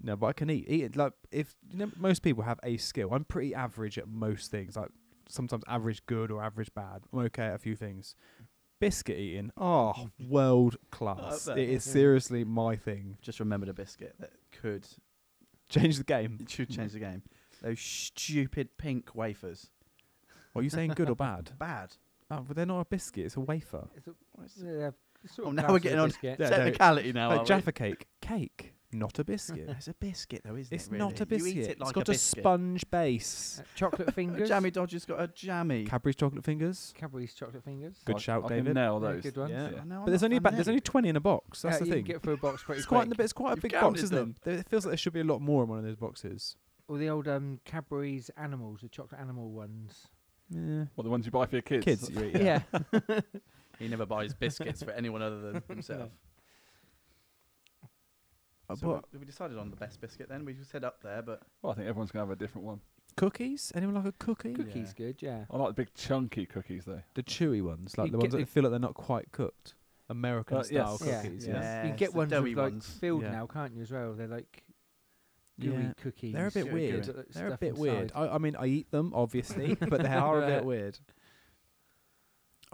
Speaker 1: no, but I can eat. Eat it. Like if you know, most people have a skill. I'm pretty average at most things. Like sometimes average good or average bad. I'm okay at a few things. Biscuit eating, oh, world class.
Speaker 2: bet.
Speaker 1: It is seriously my thing.
Speaker 2: Just remembered a biscuit that could
Speaker 1: Change the game.
Speaker 2: it should change the game. Those stupid pink wafers.
Speaker 1: What are you saying, good or bad?
Speaker 2: Bad.
Speaker 1: Oh, but they're not a biscuit. It's a wafer.
Speaker 4: It's a-
Speaker 2: What is-
Speaker 4: they're sort
Speaker 2: Oh,
Speaker 4: of
Speaker 2: now
Speaker 4: class
Speaker 2: we're
Speaker 4: as a
Speaker 2: getting on-
Speaker 4: biscuit.
Speaker 1: Yeah, no,
Speaker 2: Technicality now.
Speaker 1: like
Speaker 2: aren't we?
Speaker 1: Jaffa cake, cake, not a biscuit.
Speaker 2: It's a biscuit though, isn't
Speaker 1: it's
Speaker 2: it? really?
Speaker 1: not a biscuit.
Speaker 2: You eat it like
Speaker 1: it's got a,
Speaker 2: a, biscuit.
Speaker 1: sponge base.
Speaker 4: Uh, chocolate
Speaker 2: A
Speaker 4: fingers.
Speaker 2: jammy Dodger's got a jammy.
Speaker 1: Cadbury's chocolate fingers.
Speaker 4: Cadbury's chocolate fingers.
Speaker 1: Good
Speaker 3: I-
Speaker 1: shout,
Speaker 3: I
Speaker 1: David.
Speaker 3: Can nail
Speaker 4: They're
Speaker 3: those.
Speaker 4: good ones.
Speaker 1: Yeah.
Speaker 2: I know, I'm
Speaker 1: But there's
Speaker 2: not
Speaker 1: only
Speaker 2: fun
Speaker 1: about, there's
Speaker 2: then.
Speaker 1: only twenty in a box. That's the
Speaker 4: Yeah, Uh, you can
Speaker 1: thing.
Speaker 4: Get through a box pretty
Speaker 1: It's quite,
Speaker 4: quick.
Speaker 1: the, it's quite a
Speaker 2: You've
Speaker 1: big
Speaker 2: counted
Speaker 1: box, isn't
Speaker 2: them.
Speaker 1: it? There- It feels like there should be a lot more in one of those boxes.
Speaker 4: Or the old um, Cadbury's animals, the chocolate animal ones.
Speaker 1: Yeah.
Speaker 3: What the ones you buy for your kids?
Speaker 1: Kids, you eat,
Speaker 2: He never buys biscuits for anyone other than himself.
Speaker 1: Uh,
Speaker 2: So
Speaker 1: but
Speaker 2: we, we decided on the best biscuit then. We just head up there, but
Speaker 3: Well, I think everyone's gonna have a different one.
Speaker 1: cookies? Anyone like a cookie?
Speaker 4: Cookies, good, yeah.
Speaker 3: I like the big chunky cookies though.
Speaker 1: The chewy ones, like
Speaker 4: You
Speaker 1: the
Speaker 4: get
Speaker 1: ones
Speaker 4: the-
Speaker 1: that feel like they're not quite cooked. American
Speaker 3: Uh,
Speaker 1: style
Speaker 4: yes. Yeah,
Speaker 1: cookies.
Speaker 3: yeah.
Speaker 1: yes.
Speaker 4: You
Speaker 2: Yes,
Speaker 4: can get
Speaker 2: the
Speaker 4: ones with,
Speaker 2: doughy
Speaker 4: like
Speaker 2: ones.
Speaker 4: filled
Speaker 1: Yeah.
Speaker 4: now, can't you? As well, they're like gooey
Speaker 1: Yeah.
Speaker 4: cookies.
Speaker 1: They're a bit
Speaker 2: Yeah,
Speaker 1: weird.
Speaker 2: good.
Speaker 1: They're a bit weird. I, I mean, I eat them obviously, but they are a bit weird.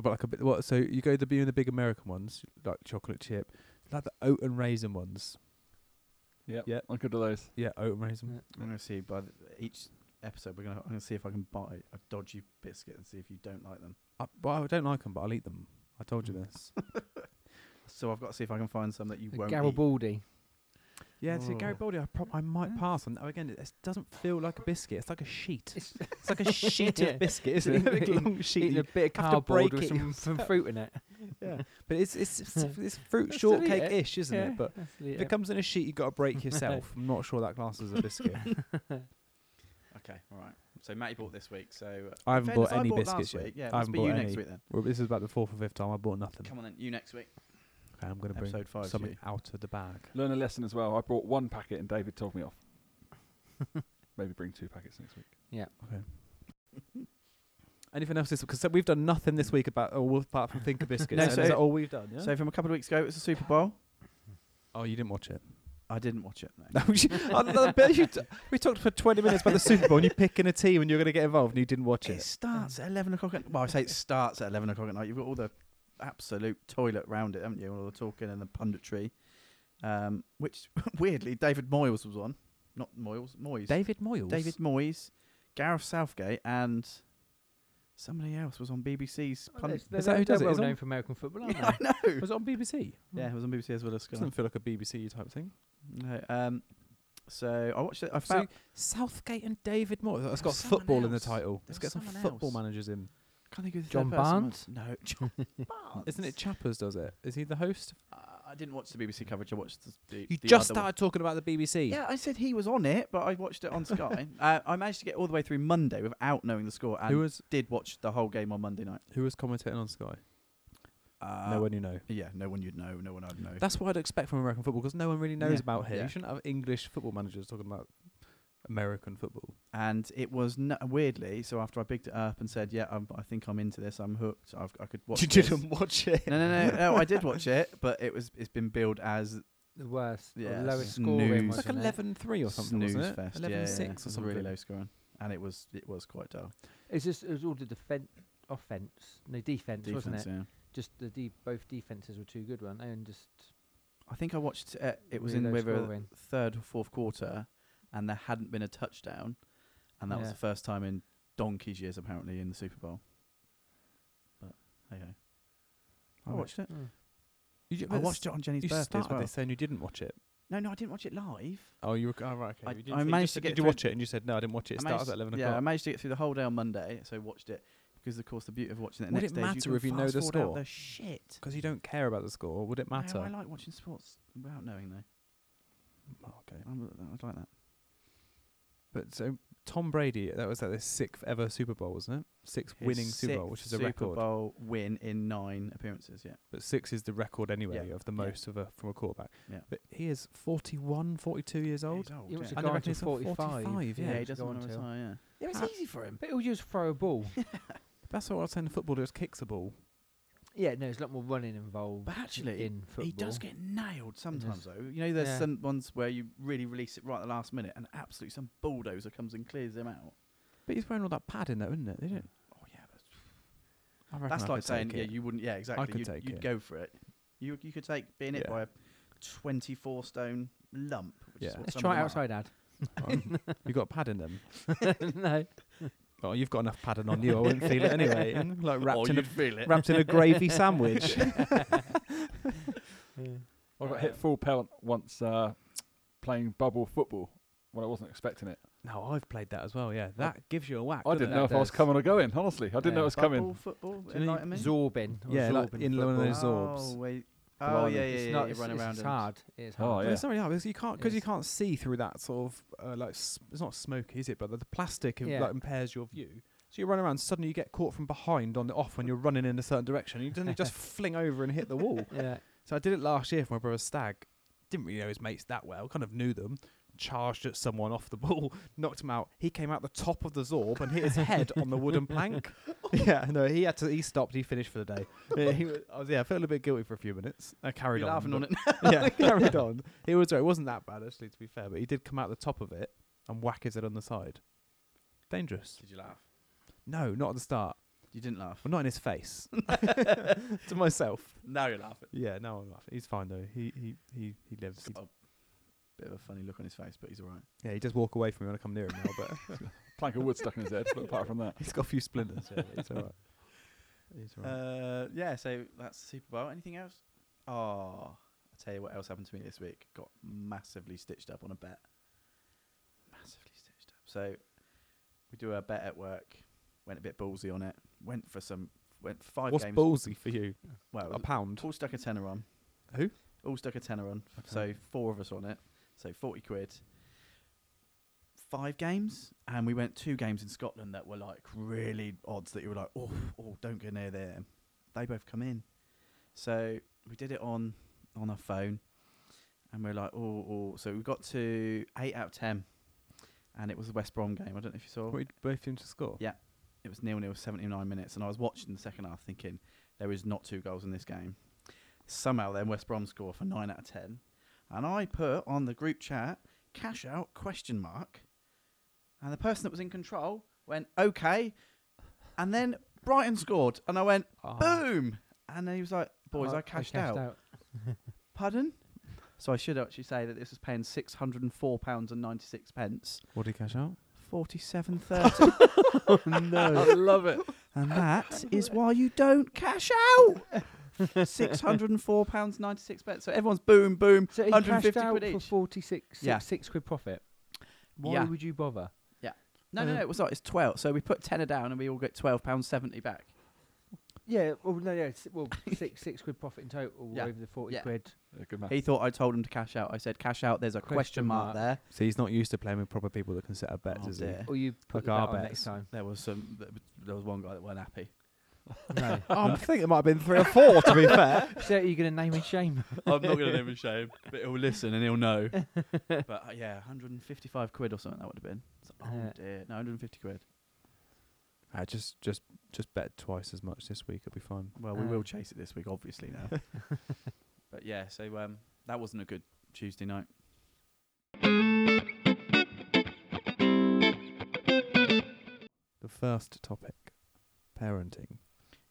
Speaker 1: But like a bit. What? So you go the being the big American ones, like chocolate chip, like the oat and raisin ones.
Speaker 3: Yep.
Speaker 1: Yep.
Speaker 3: I'm good with those.
Speaker 1: Yeah, oat and raisin.
Speaker 2: I'm gonna see by the, each episode we're gonna I'm gonna see if I can buy a dodgy biscuit and see if you don't like them.
Speaker 1: I, well, I don't like them, but I'll eat them. I told
Speaker 4: Mm.
Speaker 1: you this.
Speaker 2: So I've got to see if I can find some that you won't eat.
Speaker 4: Garibaldi.
Speaker 1: yeah, so Gary
Speaker 4: Oh.
Speaker 1: Baldy, I, prob- I might pass on. Now again, it, it doesn't feel like a biscuit. It's like a sheet.
Speaker 4: It's
Speaker 1: It's like a sheet
Speaker 4: Yeah.
Speaker 1: of biscuit, isn't it?
Speaker 4: Eating-
Speaker 1: Big long sheet.
Speaker 4: eating a bit of
Speaker 1: have to
Speaker 4: cardboard
Speaker 1: break
Speaker 4: with
Speaker 1: it
Speaker 4: some, some fruit in it.
Speaker 1: yeah, but it's it's it's, it's fruit
Speaker 4: That's still eat
Speaker 1: shortcake ish, isn't
Speaker 4: yeah,
Speaker 1: it? But
Speaker 4: that's the-
Speaker 1: If it comes in a sheet, you got to break yourself. I'm not sure that class is a biscuit.
Speaker 2: Okay, all right. So Matty bought this week. So uh,
Speaker 1: I haven't
Speaker 2: in
Speaker 1: bought
Speaker 2: fairness, I
Speaker 1: any
Speaker 2: bought last
Speaker 1: biscuits yet.
Speaker 2: Week. Yeah,
Speaker 1: I
Speaker 2: must
Speaker 1: haven't
Speaker 2: be
Speaker 1: bought
Speaker 2: you
Speaker 1: any.
Speaker 2: next week then.
Speaker 1: Well, this is about the fourth or fifth time I bought nothing.
Speaker 2: Come on then, you next week.
Speaker 1: Okay, I'm going to bring
Speaker 2: Episode five. to
Speaker 1: something
Speaker 2: you.
Speaker 1: out of the bag.
Speaker 3: Learn a lesson as well. I brought one packet and David told me off. Maybe bring two packets next week.
Speaker 1: Anything else this Because we've done nothing this week about oh, well, apart from Think of Biscuits.
Speaker 2: No,
Speaker 1: so
Speaker 2: so-
Speaker 1: is that all we've done? Yeah?
Speaker 2: So from a couple of weeks ago, it was the Super Bowl.
Speaker 1: oh, you didn't watch it.
Speaker 2: I didn't watch it. No.
Speaker 1: I bet you t- we talked for 20 minutes about the Super Bowl and you picking a team and you're going to get involved and you didn't watch
Speaker 2: It
Speaker 1: it.
Speaker 2: starts at eleven o'clock. At, well, I say it starts at eleven o'clock at night. You've got all the absolute toilet round it, haven't you? All the talking and the punditry. Um, which weirdly, David Moyes was on. Not Moyles, Moyes.
Speaker 1: David Moyles.
Speaker 2: David Moyes, Gareth Southgate, and somebody else was on BBC's.
Speaker 4: Oh,
Speaker 2: Pund-
Speaker 4: it's- they're
Speaker 1: Is that who does it?
Speaker 4: they're well
Speaker 1: Is it on-
Speaker 4: known for American football, aren't
Speaker 2: I
Speaker 4: they?
Speaker 2: know.
Speaker 1: Was it on BBC?
Speaker 2: Yeah, it was on BBC as well as Sky.
Speaker 1: Doesn't feel like a BBC type thing.
Speaker 2: No, um, so I watched it. I
Speaker 1: So
Speaker 2: found
Speaker 1: Southgate and David Moyles. That's
Speaker 2: was
Speaker 1: got
Speaker 2: someone
Speaker 1: football in the
Speaker 2: else.
Speaker 1: title.
Speaker 2: There
Speaker 1: Let's
Speaker 2: was
Speaker 1: get some
Speaker 2: someone
Speaker 1: football
Speaker 2: else.
Speaker 1: managers in.
Speaker 2: can't think of who the
Speaker 4: John
Speaker 2: third person
Speaker 4: Barnes?
Speaker 2: was. No, John Barnes.
Speaker 1: Isn't it Chappers does it? Is he the host?
Speaker 2: I I didn't watch the BBC coverage. I watched the. the
Speaker 1: You
Speaker 2: the
Speaker 1: just
Speaker 2: other one.
Speaker 1: started talking about the BBC.
Speaker 2: Yeah, I said he was on it, but I watched it on Sky. uh, I managed to get all the way through Monday without knowing the score, and
Speaker 1: Who was
Speaker 2: did watch the whole game on Monday night.
Speaker 1: who was commentating on Sky?
Speaker 2: Uh,
Speaker 1: no one you know.
Speaker 2: Yeah, no one you'd know, no one I'd know.
Speaker 1: That's what I'd expect from American football because no one really knows
Speaker 2: Yeah.
Speaker 1: about here.
Speaker 2: Yeah.
Speaker 1: You shouldn't have English football managers talking about American football.
Speaker 2: and it was n- weirdly. So after I picked it up and said, "Yeah, I'm, I think I'm into this. I'm hooked. I've, I could watch." this."
Speaker 1: watch it.
Speaker 2: No, no, no, no. I did watch it, but it was it's been billed as
Speaker 4: The worst, or
Speaker 2: Yeah,
Speaker 4: lowest scoring.
Speaker 2: snooze.
Speaker 1: It's like
Speaker 4: wasn't it?
Speaker 1: 11 3 or something,
Speaker 2: snooze
Speaker 1: wasn't it?
Speaker 2: fest.
Speaker 1: 11
Speaker 2: yeah, yeah,
Speaker 1: 6
Speaker 2: yeah. It
Speaker 1: or
Speaker 2: was
Speaker 1: something.
Speaker 2: Really low scoring, and it was it was quite dull.
Speaker 4: It's just it was all the defense, offense, no defense, wasn't it?
Speaker 2: Defense, yeah.
Speaker 4: Just the de- both defenses were too good, weren't they? And just
Speaker 2: I think I watched uh, it was
Speaker 4: Really
Speaker 2: in
Speaker 4: low
Speaker 2: whether
Speaker 4: scoring.
Speaker 2: third or fourth quarter, and there hadn't been a touchdown, and that was
Speaker 4: Yeah.
Speaker 2: the first time in donkey's years apparently in the Super Bowl. But hey ho, I
Speaker 1: Alright.
Speaker 2: watched it.
Speaker 4: Mm.
Speaker 1: You, ju-
Speaker 2: I
Speaker 1: but
Speaker 2: watched it on Jenny's
Speaker 1: You
Speaker 2: birthday
Speaker 1: started
Speaker 2: as well.
Speaker 1: this saying you didn't watch it.
Speaker 2: No, no, I didn't watch it live.
Speaker 1: Oh, you were. Oh, right, okay.
Speaker 2: I-
Speaker 1: You didn't
Speaker 2: I
Speaker 1: say- you
Speaker 2: managed
Speaker 1: just
Speaker 2: to
Speaker 1: said,
Speaker 2: get
Speaker 1: Did you
Speaker 2: through-
Speaker 1: watch it? And you said, no, I didn't watch it. It
Speaker 2: I
Speaker 1: starts
Speaker 2: managed-
Speaker 1: at 11
Speaker 2: Yeah, I
Speaker 1: o'clock.
Speaker 2: managed to get through the whole day on Monday, so watched it because, of course, the beauty of watching it. The
Speaker 1: Would
Speaker 2: next
Speaker 1: it
Speaker 2: day is
Speaker 1: matter
Speaker 2: you can
Speaker 1: if you know the
Speaker 2: fast forward out
Speaker 1: score?
Speaker 2: The shit.
Speaker 1: Because you don't care about the score. Would it matter?
Speaker 2: No, I like watching sports without knowing though.
Speaker 1: Oh, okay.
Speaker 2: I'm, I'd like that.
Speaker 1: But so Tom Brady, that was like the sixth ever Super Bowl, wasn't it? Sixth
Speaker 2: His
Speaker 1: winning Super Bowl,
Speaker 2: sixth
Speaker 1: which is a
Speaker 2: Super
Speaker 1: record.
Speaker 2: Bowl win in nine appearances. Yeah,
Speaker 1: But six is the record anyway of the
Speaker 2: yeah.
Speaker 1: most of a from a quarterback.
Speaker 2: Yeah.
Speaker 1: But he is 41, 42 years old.
Speaker 2: He's old,
Speaker 4: He
Speaker 2: yeah.
Speaker 4: wants
Speaker 1: I
Speaker 4: to go
Speaker 1: reckon
Speaker 4: on till
Speaker 1: he's on
Speaker 4: 45.
Speaker 1: 45, yeah.
Speaker 2: yeah, he
Speaker 4: wants to
Speaker 2: doesn't
Speaker 4: go
Speaker 2: want
Speaker 4: on
Speaker 2: to
Speaker 4: till-
Speaker 2: retire. Yeah.
Speaker 4: Yeah, but
Speaker 1: Pat-
Speaker 4: it's easy for him. But he'll just throw a ball.
Speaker 1: That's what I was saying. in Football just kicks a ball.
Speaker 4: yeah, no, there's a lot more running involved.
Speaker 2: But actually,
Speaker 4: in football,
Speaker 2: He does get nailed sometimes, though. You know, there's
Speaker 4: Yeah.
Speaker 2: some ones where you really release it right at the last minute, and absolutely some bulldozer comes and clears him out.
Speaker 1: But he's wearing all that padding, though, isn't it? They don't.
Speaker 2: Oh yeah, that's,
Speaker 1: I reckon I
Speaker 2: that's
Speaker 1: could
Speaker 2: like saying
Speaker 1: take
Speaker 2: yeah,
Speaker 1: it.
Speaker 2: you wouldn't. Yeah, exactly.
Speaker 1: could
Speaker 2: you'd
Speaker 1: take
Speaker 2: you'd
Speaker 1: it.
Speaker 2: go for it. You you could take being hit
Speaker 1: Yeah.
Speaker 2: by a 24 stone lump. Which
Speaker 1: Yeah.
Speaker 2: is what
Speaker 4: Let's
Speaker 2: some of
Speaker 4: try it
Speaker 2: them are.
Speaker 4: outside, Ad.
Speaker 1: Um, you got padding them.
Speaker 4: no,
Speaker 1: Oh, you've got enough padding on you. I wouldn't feel it anyway. Like wrapped
Speaker 2: Or
Speaker 1: in a
Speaker 2: Oh, you'd feel it.
Speaker 1: wrapped in a gravy sandwich.
Speaker 3: I got hit full pelt once uh, playing bubble football when I wasn't expecting it.
Speaker 1: no, I've played that as well. Yeah, that gives you a whack.
Speaker 3: I
Speaker 1: doesn't
Speaker 3: didn't
Speaker 1: it?
Speaker 3: know if I was
Speaker 4: does.
Speaker 3: coming or going. Honestly, I didn't
Speaker 4: Yeah,
Speaker 3: know it was
Speaker 2: Bubble
Speaker 3: coming.
Speaker 2: football.
Speaker 1: you know you-
Speaker 2: Enlighten me.
Speaker 4: Zorbin. Or
Speaker 1: Yeah, like
Speaker 4: Zorbin
Speaker 1: in one of those
Speaker 4: football.
Speaker 1: Zorbs.
Speaker 2: Oh, wait.
Speaker 1: Blimey.
Speaker 2: oh yeah, yeah,
Speaker 4: It's
Speaker 2: yeah.
Speaker 4: not.
Speaker 2: you
Speaker 4: It's,
Speaker 2: run
Speaker 4: it's,
Speaker 2: around
Speaker 4: it's
Speaker 2: and-
Speaker 4: hard. It's
Speaker 3: Oh,
Speaker 4: hard.
Speaker 1: But
Speaker 3: yeah.
Speaker 1: it's not really hard because you can't because you
Speaker 4: It's-
Speaker 1: can't see through that sort of uh, like s it's not smoke, is it? But the, the plastic
Speaker 4: Yeah.
Speaker 1: like, impairs your view. So you run around, suddenly you get caught from behind on the off when you're running in a certain direction. You don't just fling over and hit the wall.
Speaker 4: Yeah.
Speaker 1: So I did it last year for my brother's stag. Didn't really know his mates that well. Kind of knew them. Charged at someone off the ball, knocked him out. He came out the top of the zorb and hit his head on the wooden plank. Yeah, no, he had to. He stopped. He finished for the day. Yeah, he was, I was, yeah, I felt a bit guilty for a few minutes. I carried
Speaker 2: You're
Speaker 1: on.
Speaker 2: laughing
Speaker 1: but-
Speaker 2: on it.
Speaker 1: yeah, carried on. It was it wasn't that bad actually, to be fair. But he did come out the top of it and whack his head on the side. Dangerous.
Speaker 2: Did you laugh?
Speaker 1: No, not at the start.
Speaker 2: You didn't laugh.
Speaker 1: Well, not in his face. to myself.
Speaker 2: Now you're laughing.
Speaker 1: Yeah, no, I'm laughing. He's fine though. He he he he lives.
Speaker 2: He's got a bit of a funny look on his face, but he's all right.
Speaker 1: yeah, he does walk away from me when I come near him now, but
Speaker 3: Plank of wood stuck in his head. But apart from that,
Speaker 1: he's got a few splinters. Yeah, he's all right. He's all right.
Speaker 2: Uh, yeah, so that's the Super Bowl. Anything else? Oh, I'll tell you what else happened to me this week. Got massively stitched up on a bet. Massively stitched up. So we do a bet at work. Went a bit ballsy on it. Went for some. Went five
Speaker 1: What's
Speaker 2: games.
Speaker 1: ballsy for you?
Speaker 2: well,
Speaker 1: A pound.
Speaker 2: all stuck a tenner on.
Speaker 1: Who?
Speaker 2: All stuck a tenner on.
Speaker 1: Okay.
Speaker 2: So four of us on it. So forty quid. Five games, and we went two games in Scotland that were like really odds that you were like, oh, oh, don't go near there. They both come in. So we did it on on our phone, and we're like, oh, oh. So we got to eight out of ten, and it was the West Brom game. I don't know if you saw.
Speaker 1: What you both seem to score.
Speaker 2: Yeah. It was nil nil, 79 minutes, and I was watching the second half thinking there is not two goals in this game. Somehow, then West Brom score for nine out of ten, and I put on the group chat cash out question mark, and the person that was in control went okay, and then Brighton scored, and I went
Speaker 1: Ah.
Speaker 2: boom, and then he was like, boys,
Speaker 4: Oh,
Speaker 2: Oh. I, cashed, out. Pardon? So I should actually say that this was paying six hundred and four pounds and ninety six pence,
Speaker 1: What did he cash out?
Speaker 2: forty seven thirty.
Speaker 4: Oh,
Speaker 1: no.
Speaker 3: I love it.
Speaker 2: And that is why you don't cash out. Six hundred and four pounds ninety six pence. So everyone's boom boom.
Speaker 4: So he cashed
Speaker 2: 150
Speaker 4: out
Speaker 2: quid
Speaker 4: for
Speaker 2: each.
Speaker 4: forty six,
Speaker 2: Yeah.
Speaker 4: six quid profit. Why
Speaker 2: Yeah.
Speaker 4: would you bother?
Speaker 2: No, no, no. It was like it's twelve. So we put tenner down and we all get twelve pounds seventy back.
Speaker 4: Yeah, well, no, yeah, s- well, six six quid profit in total
Speaker 2: Yeah.
Speaker 4: over the forty
Speaker 2: Yeah.
Speaker 4: quid.
Speaker 3: Yeah, good man.
Speaker 2: He thought I told him to cash out. I said, cash out. There's a question,
Speaker 4: Question
Speaker 2: mark,
Speaker 4: mark.
Speaker 2: there.
Speaker 1: So he's not used to playing with proper people that can set up bets,
Speaker 2: Oh,
Speaker 1: is
Speaker 2: dear.
Speaker 4: Or you
Speaker 1: Like
Speaker 4: put that
Speaker 1: our
Speaker 4: on next
Speaker 1: bets.
Speaker 4: time.
Speaker 2: There was some. There was one guy that weren't happy.
Speaker 1: he?
Speaker 4: No.
Speaker 1: Um, I think it might have been three or four, to be fair.
Speaker 4: so are you going to name and shame?
Speaker 2: I'm not going to name and shame, but he'll listen and he'll know. but uh, yeah, 155 quid or something that would have been. It's like, oh
Speaker 4: Yeah.
Speaker 2: dear, no, 150 quid.
Speaker 1: I Uh, just, just, just bet twice as much this week. It'll be fine.
Speaker 2: Well, we
Speaker 4: Uh,
Speaker 2: will chase it this week, obviously now. but yeah, so um, that wasn't a good Tuesday night.
Speaker 1: The first topic, parenting.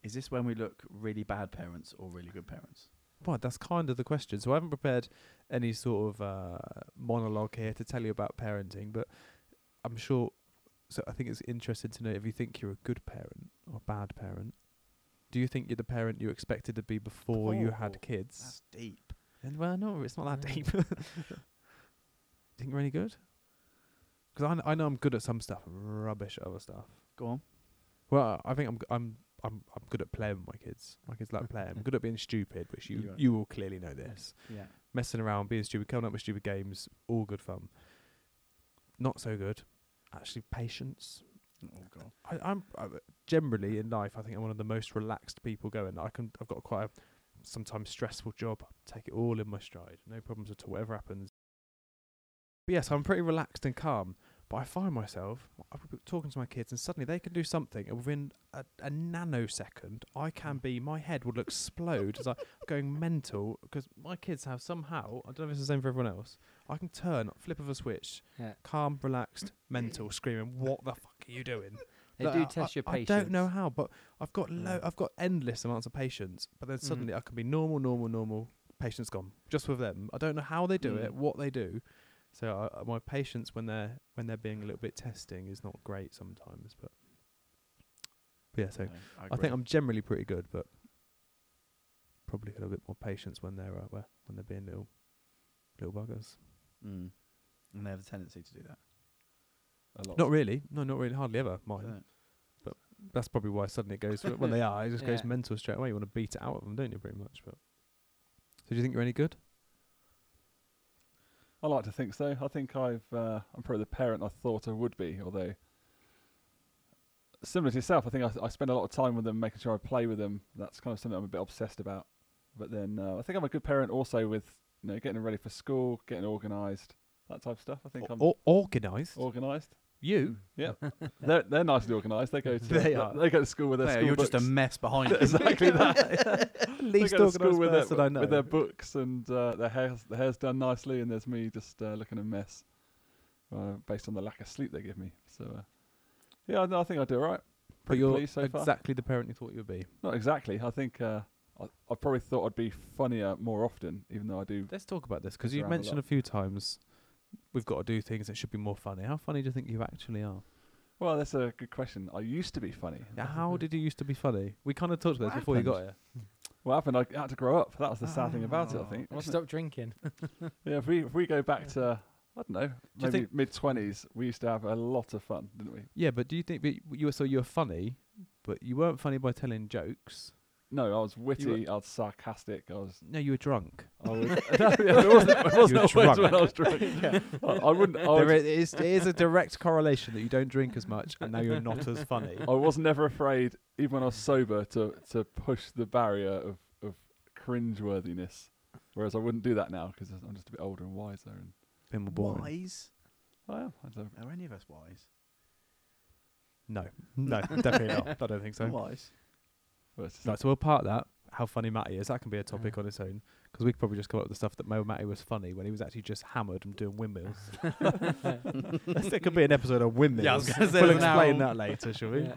Speaker 2: Is this when we look really bad parents or really good parents?
Speaker 1: Well, that's kind of the question. So I haven't prepared any sort of uh, monologue here to tell you about parenting, but I'm sure. So I think it's interesting to know if you think you're a good parent or a bad parent. Do you think you're the parent you expected to be before you
Speaker 2: Oh,
Speaker 1: had kids?
Speaker 2: That's deep.
Speaker 1: And well, no, it's not that
Speaker 4: Mm.
Speaker 1: deep. Do you think you're any good? Because I, kn- I know I'm good at some stuff, and rubbish at other stuff.
Speaker 2: Go on.
Speaker 1: Well, I think I'm g- I'm I'm I'm good at playing with my kids. My kids like playing. I'm good at being stupid, which you
Speaker 2: You are.
Speaker 1: you will clearly know this.
Speaker 2: Yeah.
Speaker 1: Messing around, being stupid, coming up with stupid games, all good fun. Not so good, actually. Patience.
Speaker 2: Oh god.
Speaker 1: I, I'm I, generally in life. I think I'm one of the most relaxed people going. I can. I've got quite a sometimes stressful job. I take it all in my stride. No problems at all. Whatever happens. But yes, I'm pretty relaxed and calm. But I find myself I'm talking to my kids, and suddenly they can do something, and within a, a nanosecond, I can be. My head will explode as I'm going mental because my kids have somehow. I don't know if it's the same for everyone else. I can turn flip of a switch,
Speaker 4: Yeah.
Speaker 1: calm, relaxed, mental, screaming, "What the fuck are you doing?"
Speaker 4: They
Speaker 1: Like,
Speaker 4: do
Speaker 1: I-
Speaker 4: test
Speaker 1: I,
Speaker 4: your patience.
Speaker 1: I don't know how, but I've got lo-
Speaker 4: Mm.
Speaker 1: I've got endless amounts of patience, but then
Speaker 4: Mhm.
Speaker 1: suddenly I can be normal, normal, normal. Patience gone just with them. I don't know how they do it,
Speaker 2: Mm.
Speaker 1: what they do. So I, my patience when they're when they're being a little bit testing is not great sometimes. But, but yeah, so
Speaker 2: No,
Speaker 1: I
Speaker 2: agree.
Speaker 1: think I'm generally pretty good, but probably could have a bit more patience when they're uh, where- when they're being little little buggers.
Speaker 2: Mm. And they have a tendency to do that.
Speaker 3: A lot.
Speaker 1: Not really. No, not really. Hardly ever. Mine.
Speaker 2: don't
Speaker 1: That's probably why suddenly it goes when they are. It just goes
Speaker 4: Yeah.
Speaker 1: mental straight away. You want to beat it out of them, don't you? Pretty much. But so, do you think you're any good?
Speaker 3: I like to think so. I think I've uh, I'm probably the parent I thought I would be, although similar to yourself, I think I, I spend a lot of time with them, making sure I play with them. That's kind of something I'm a bit obsessed about. But then uh, I think I'm a good parent also with you know getting them ready for school, getting organised, that type of stuff. I think I'm
Speaker 1: Or organised?
Speaker 3: organised.
Speaker 1: you?
Speaker 3: Yeah, they're they're nicely organised. They go to
Speaker 1: They are.
Speaker 3: they go to school with their
Speaker 2: Hey,
Speaker 3: school
Speaker 2: you're
Speaker 3: books.
Speaker 2: just a mess behind us.
Speaker 3: exactly that. They
Speaker 1: Least
Speaker 3: go to school
Speaker 1: organised person
Speaker 3: with their,
Speaker 1: I know.
Speaker 3: with their books and uh, their hair's their hair's done nicely, and there's me just uh, looking a mess, uh, based on the lack of sleep they give me. So, uh, yeah, no, I think I do all right.
Speaker 1: but
Speaker 3: Pretty
Speaker 1: you're
Speaker 3: pleased so far.
Speaker 1: exactly the parent you thought you would be.
Speaker 3: Not exactly. I think uh, I, I probably thought I'd be funnier more often, even though I do.
Speaker 1: Let's talk about this because
Speaker 3: Mess
Speaker 1: you've
Speaker 3: around a
Speaker 1: mentioned a
Speaker 3: lot.
Speaker 1: few times we've got to do things that should be more funny. How funny do you think you actually are?
Speaker 3: Well, that's a good question. I used to be funny.
Speaker 1: Yeah, How did you used to be funny? We kind of talked about
Speaker 3: What
Speaker 1: this before you got here. Ah,
Speaker 3: What happened? I had to grow up. That was the sad thing about it. I think. wasn't it?
Speaker 4: Stop drinking.
Speaker 3: Yeah, if we if we go back to I don't know,
Speaker 1: you
Speaker 3: maybe
Speaker 1: think-
Speaker 3: mid twenties, we used to have a lot of fun, didn't we?
Speaker 1: Yeah, but do you think but you were so you were funny, but you weren't funny by telling jokes?
Speaker 3: No, I was witty. I was sarcastic. I was
Speaker 1: No, you were drunk.
Speaker 3: I was, no, yeah, there wasn't, there wasn't
Speaker 1: were
Speaker 3: always
Speaker 1: drunk.
Speaker 3: when I was drunk. I, I wouldn't. I
Speaker 1: There i-
Speaker 3: was,
Speaker 1: is, there is a direct correlation that you don't drink as much and now you're not as funny.
Speaker 3: I was never afraid, even when I was sober, to to push the barrier of of cringeworthiness. Whereas I wouldn't do that now because I'm just a bit older and wiser. And
Speaker 1: Been more boring.
Speaker 2: Wise?
Speaker 3: I am. I don't-
Speaker 2: Are any of us wise?
Speaker 1: No, no, definitely not. I don't think so.
Speaker 2: wise.
Speaker 3: well, it's just-
Speaker 1: Right, so we'll part that. How funny Matty is. That can be a topic on its own because we could probably just come up with the stuff that Mo Matty was funny when he was actually just hammered and doing windmills. there could be an episode on windmills.
Speaker 2: Yeah, I was gonna say
Speaker 1: we'll
Speaker 2: there's an hour
Speaker 1: explain
Speaker 2: on-
Speaker 1: that later, shall we?
Speaker 4: Yeah.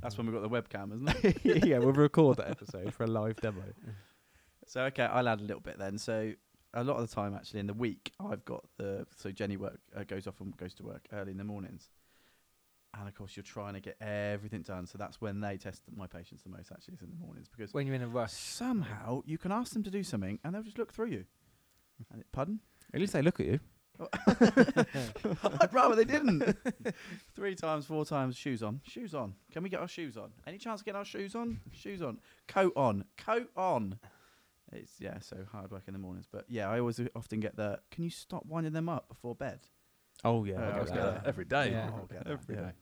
Speaker 2: That's when we got the webcam, isn't it?
Speaker 1: yeah, we'll record that episode for a live demo.
Speaker 2: So okay, I'll add a little bit then. So a lot of the time, actually, in the week, I've got the so Jenny work uh, goes off and goes to work early in the mornings, and of course you're trying to get everything done. So that's when they test my patience the most. Actually, is in the mornings because
Speaker 4: When you're in a rush.
Speaker 2: somehow you can ask them to do something and they'll just look through you. And it, pardon?
Speaker 1: At least they look at you.
Speaker 2: I'd rather they didn't. Three times, four times, shoes on. Shoes on. Can we get our shoes on? Any chance of getting our shoes on? Shoes on. Coat on. Coat on. It's yeah, so hard work in the mornings. But yeah, I always often get the can you stop winding them up before bed?
Speaker 1: Oh yeah,
Speaker 2: Yeah,
Speaker 1: I
Speaker 2: I
Speaker 1: get
Speaker 2: was
Speaker 1: that.
Speaker 2: gonna-
Speaker 1: every day.
Speaker 4: Yeah.
Speaker 2: I'll get that,
Speaker 1: Every
Speaker 2: yeah.
Speaker 1: day.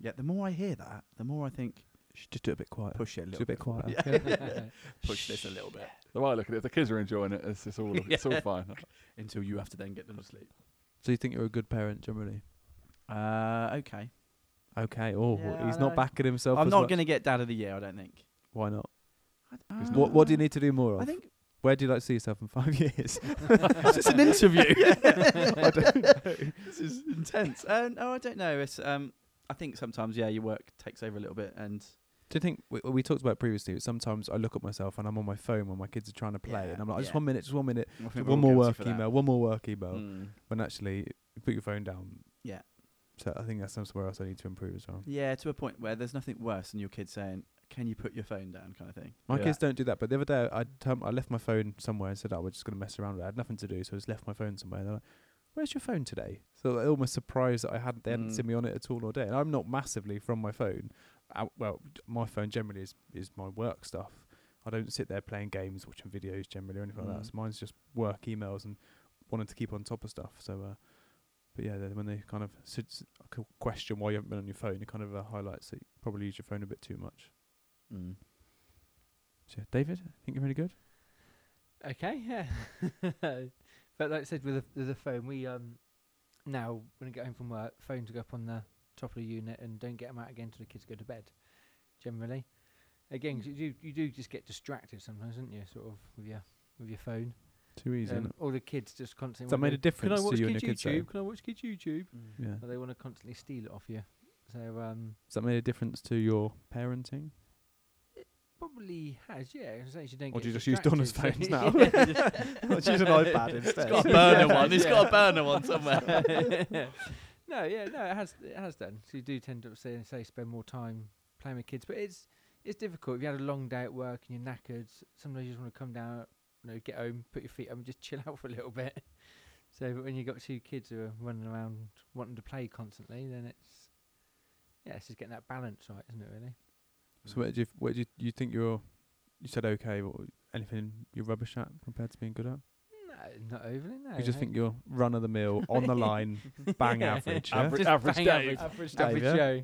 Speaker 2: Yeah, the more I hear that, the more I think
Speaker 1: Should just do it a bit quieter.
Speaker 2: push it a
Speaker 1: Just
Speaker 2: little
Speaker 1: do a bit quieter.
Speaker 2: Yeah. push this a little bit.
Speaker 3: The way I look at it, if the kids are enjoying it, it's, it's all it's all
Speaker 2: Yeah.
Speaker 3: fine.
Speaker 2: Until you have to then get them to sleep.
Speaker 1: So you think you're a good parent generally?
Speaker 2: Uh okay.
Speaker 1: Okay. Oh,
Speaker 2: Yeah,
Speaker 1: he's
Speaker 2: I
Speaker 1: not
Speaker 2: know.
Speaker 1: backing himself.
Speaker 2: I'm
Speaker 1: as
Speaker 2: not
Speaker 1: much.
Speaker 2: gonna get dad of the year, I don't think.
Speaker 1: Why not?
Speaker 2: I d-
Speaker 1: What What do you
Speaker 2: uh,
Speaker 1: need to do more of?
Speaker 2: I think
Speaker 1: Where do you like to see yourself in five years?
Speaker 2: It's just an interview. I don't know. This is intense. Uh, no, I don't know. It's um, I think sometimes yeah, your work takes over a little bit, and
Speaker 1: Do you think we, we talked about it previously? but Sometimes I look at myself and I'm on my phone when my kids are trying to play,
Speaker 2: Yeah,
Speaker 1: and I'm like, just
Speaker 2: yeah.
Speaker 1: one minute, just one minute,
Speaker 2: I think we're
Speaker 1: one
Speaker 2: all
Speaker 1: more
Speaker 2: guilty
Speaker 1: work
Speaker 2: for that.
Speaker 1: email, one more work email.
Speaker 3: Hmm.
Speaker 2: Mm.
Speaker 1: When actually, you put your phone down.
Speaker 2: Yeah.
Speaker 1: So I think that's somewhere else I need to improve as well.
Speaker 2: Yeah, to a point where there's nothing worse than your kid saying, "Can you put your phone down?" kind of thing.
Speaker 1: My
Speaker 3: Yeah.
Speaker 1: kids don't do that, but the other day I turned, I left my phone somewhere and said, "Oh, we're just gonna mess around with it." I had nothing to do, so I just left my phone somewhere. And they're like, "Where's your phone today?" So they're almost surprised that I hadn't they hadn't
Speaker 2: Mm.
Speaker 1: seen me on it at all all day. And I'm not massively from my phone. I, well, d- my phone generally is is my work stuff. I don't sit there playing games, watching videos generally or anything like that. So
Speaker 2: Mm.
Speaker 1: mine's just work emails and wanting to keep on top of stuff. So, uh, but yeah, then when they kind of s- s- c- question why you haven't been on your phone, it kind of uh, highlights that you probably use your phone a bit too much.
Speaker 3: Hmm.
Speaker 2: Mm.
Speaker 1: So, David, I think you're really good.
Speaker 4: Okay, yeah. but like I said, with the, with the phone, we um now when I get home from work, phones go up on the top of the unit and don't get 'em out again till the kids go to bed. Generally,
Speaker 1: Hmm.
Speaker 4: again, 'cause you do you do just get distracted sometimes, don't you? Sort of with your with your phone.
Speaker 1: Too easy.
Speaker 4: Um, all the kids just constantly.
Speaker 1: Has that
Speaker 4: wanna
Speaker 1: made a
Speaker 4: go,
Speaker 1: difference
Speaker 4: Can I
Speaker 1: to
Speaker 4: watch
Speaker 1: you and
Speaker 4: kids
Speaker 1: your kids, though?"
Speaker 4: YouTube? Can I watch kids YouTube?
Speaker 2: Hmm.
Speaker 1: Yeah.
Speaker 4: But they want to constantly steal it off you. So um,
Speaker 1: Has that made a difference to your parenting?
Speaker 4: probably has, yeah. As I say, you don't
Speaker 1: Or
Speaker 4: get
Speaker 1: do you just use Donna's
Speaker 4: distracted, so-
Speaker 1: phones now?
Speaker 4: Yeah.
Speaker 1: use an iPad instead.
Speaker 2: He's got a burner one. He's got a burner one somewhere.
Speaker 4: no, yeah, no, it has it has done. So you do tend to say say spend more time playing with kids, but it's it's difficult. If you had a long day at work and you're knackered, sometimes you just want to come down, you know, get home, put your feet up, and just chill out for a little bit. So, but when you got two kids who are running around wanting to play constantly, then it's yeah, it's just getting that balance right, isn't it? Really?
Speaker 1: So where do you where do you, you think you're? You said okay. What, anything you're rubbish at compared to being good at?
Speaker 4: No, not overly. No,
Speaker 1: you just
Speaker 4: I-
Speaker 1: think you're run of the mill, on the line, bang
Speaker 4: Yeah.
Speaker 1: average. Yeah?
Speaker 3: Average,
Speaker 4: Just
Speaker 3: average
Speaker 4: bang
Speaker 3: day.
Speaker 4: average.
Speaker 1: average,
Speaker 4: average
Speaker 1: Dave, yeah?
Speaker 4: Joe.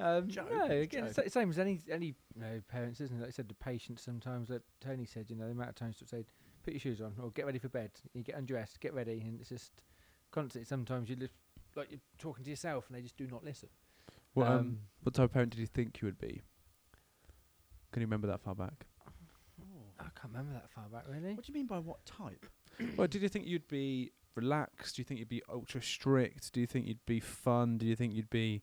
Speaker 4: Um,
Speaker 2: Joe,
Speaker 4: No,
Speaker 2: it's
Speaker 4: again,
Speaker 2: Joe.
Speaker 4: it's the same as any any you know, parents, isn't it? Like I said, the patience sometimes. Like Tony said, you know, the amount of times that said, "Put your shoes on," or "Get ready for bed." You get undressed, get ready, and it's just constantly. Sometimes you live like you're talking to yourself, and they just do not listen.
Speaker 1: What um,
Speaker 4: Um,
Speaker 1: what type of parent did you think you would be? Can you remember that far back?
Speaker 4: I can't remember that far back really.
Speaker 2: What do you mean by what type?
Speaker 1: well, did you think you'd be relaxed? Do you think you'd be ultra strict? Do you think you'd be fun? Do you think you'd be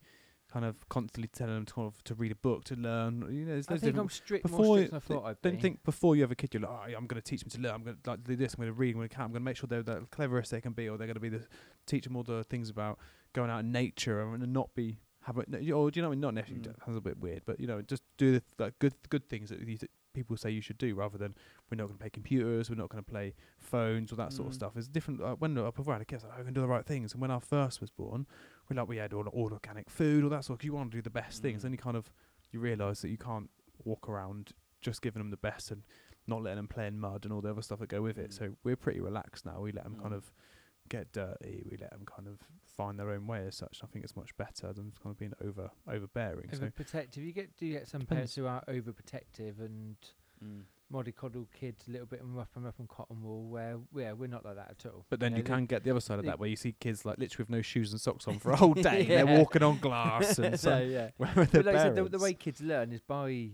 Speaker 1: kind of constantly telling them to, kind of- to read a book, to learn? You know, there's
Speaker 4: I
Speaker 1: loads
Speaker 4: think
Speaker 1: of
Speaker 4: I'm strict,
Speaker 1: before
Speaker 4: more strict than I
Speaker 1: th-
Speaker 4: thought I'd
Speaker 1: Don't
Speaker 4: be.
Speaker 1: think before you have a kid, you're like, oh, yeah, I'm going to teach them to learn. I'm going to like do this. I'm going to read. I'm going to count. I'm going to make sure they're the cleverest they can be, or they're going to be the teach them all the things about going out in nature and not be have it. Or do you know, what I mean? not necessarily.
Speaker 2: Mm.
Speaker 1: That sounds a bit weird, but you know, just do the like good good things that you th- people say you should do, rather than we're not going to play computers, we're not going to play phones, or that sort of
Speaker 2: Mm.
Speaker 1: stuff. It's different. Like, when uh, before I had a kid, I was like, "Oh, we can do the right things. And when our first was born, we like we had all, all organic food, all that sort. 'cause you want to do the best things.
Speaker 2: Mm.
Speaker 1: Then you kind of you realise that you can't walk around just giving them the best and not letting them play in mud and all the other stuff that go with it.
Speaker 2: Mm.
Speaker 1: So we're pretty relaxed now. We let them kind
Speaker 2: Mm.
Speaker 1: of get dirty. We let them kind of find their own way as such. I think it's much better than kind of being over overbearing. So
Speaker 4: overprotective. You get do get some
Speaker 1: Depends.
Speaker 4: parents who are overprotective and
Speaker 3: Hmm.
Speaker 4: mollycoddle kids a little bit and rough 'em up on cotton wool. Where yeah, we're not like that at all.
Speaker 1: But then
Speaker 4: know,
Speaker 1: you
Speaker 4: they-
Speaker 1: can get the other side of
Speaker 4: they-
Speaker 1: that, where you see kids like literally with no shoes and socks on for a whole day. and They're
Speaker 4: Yeah.
Speaker 1: walking on glass and
Speaker 4: no,
Speaker 1: so.
Speaker 4: yeah.
Speaker 1: where are
Speaker 4: But
Speaker 1: their
Speaker 4: like I said, the, the
Speaker 1: parents?
Speaker 4: way kids learn is by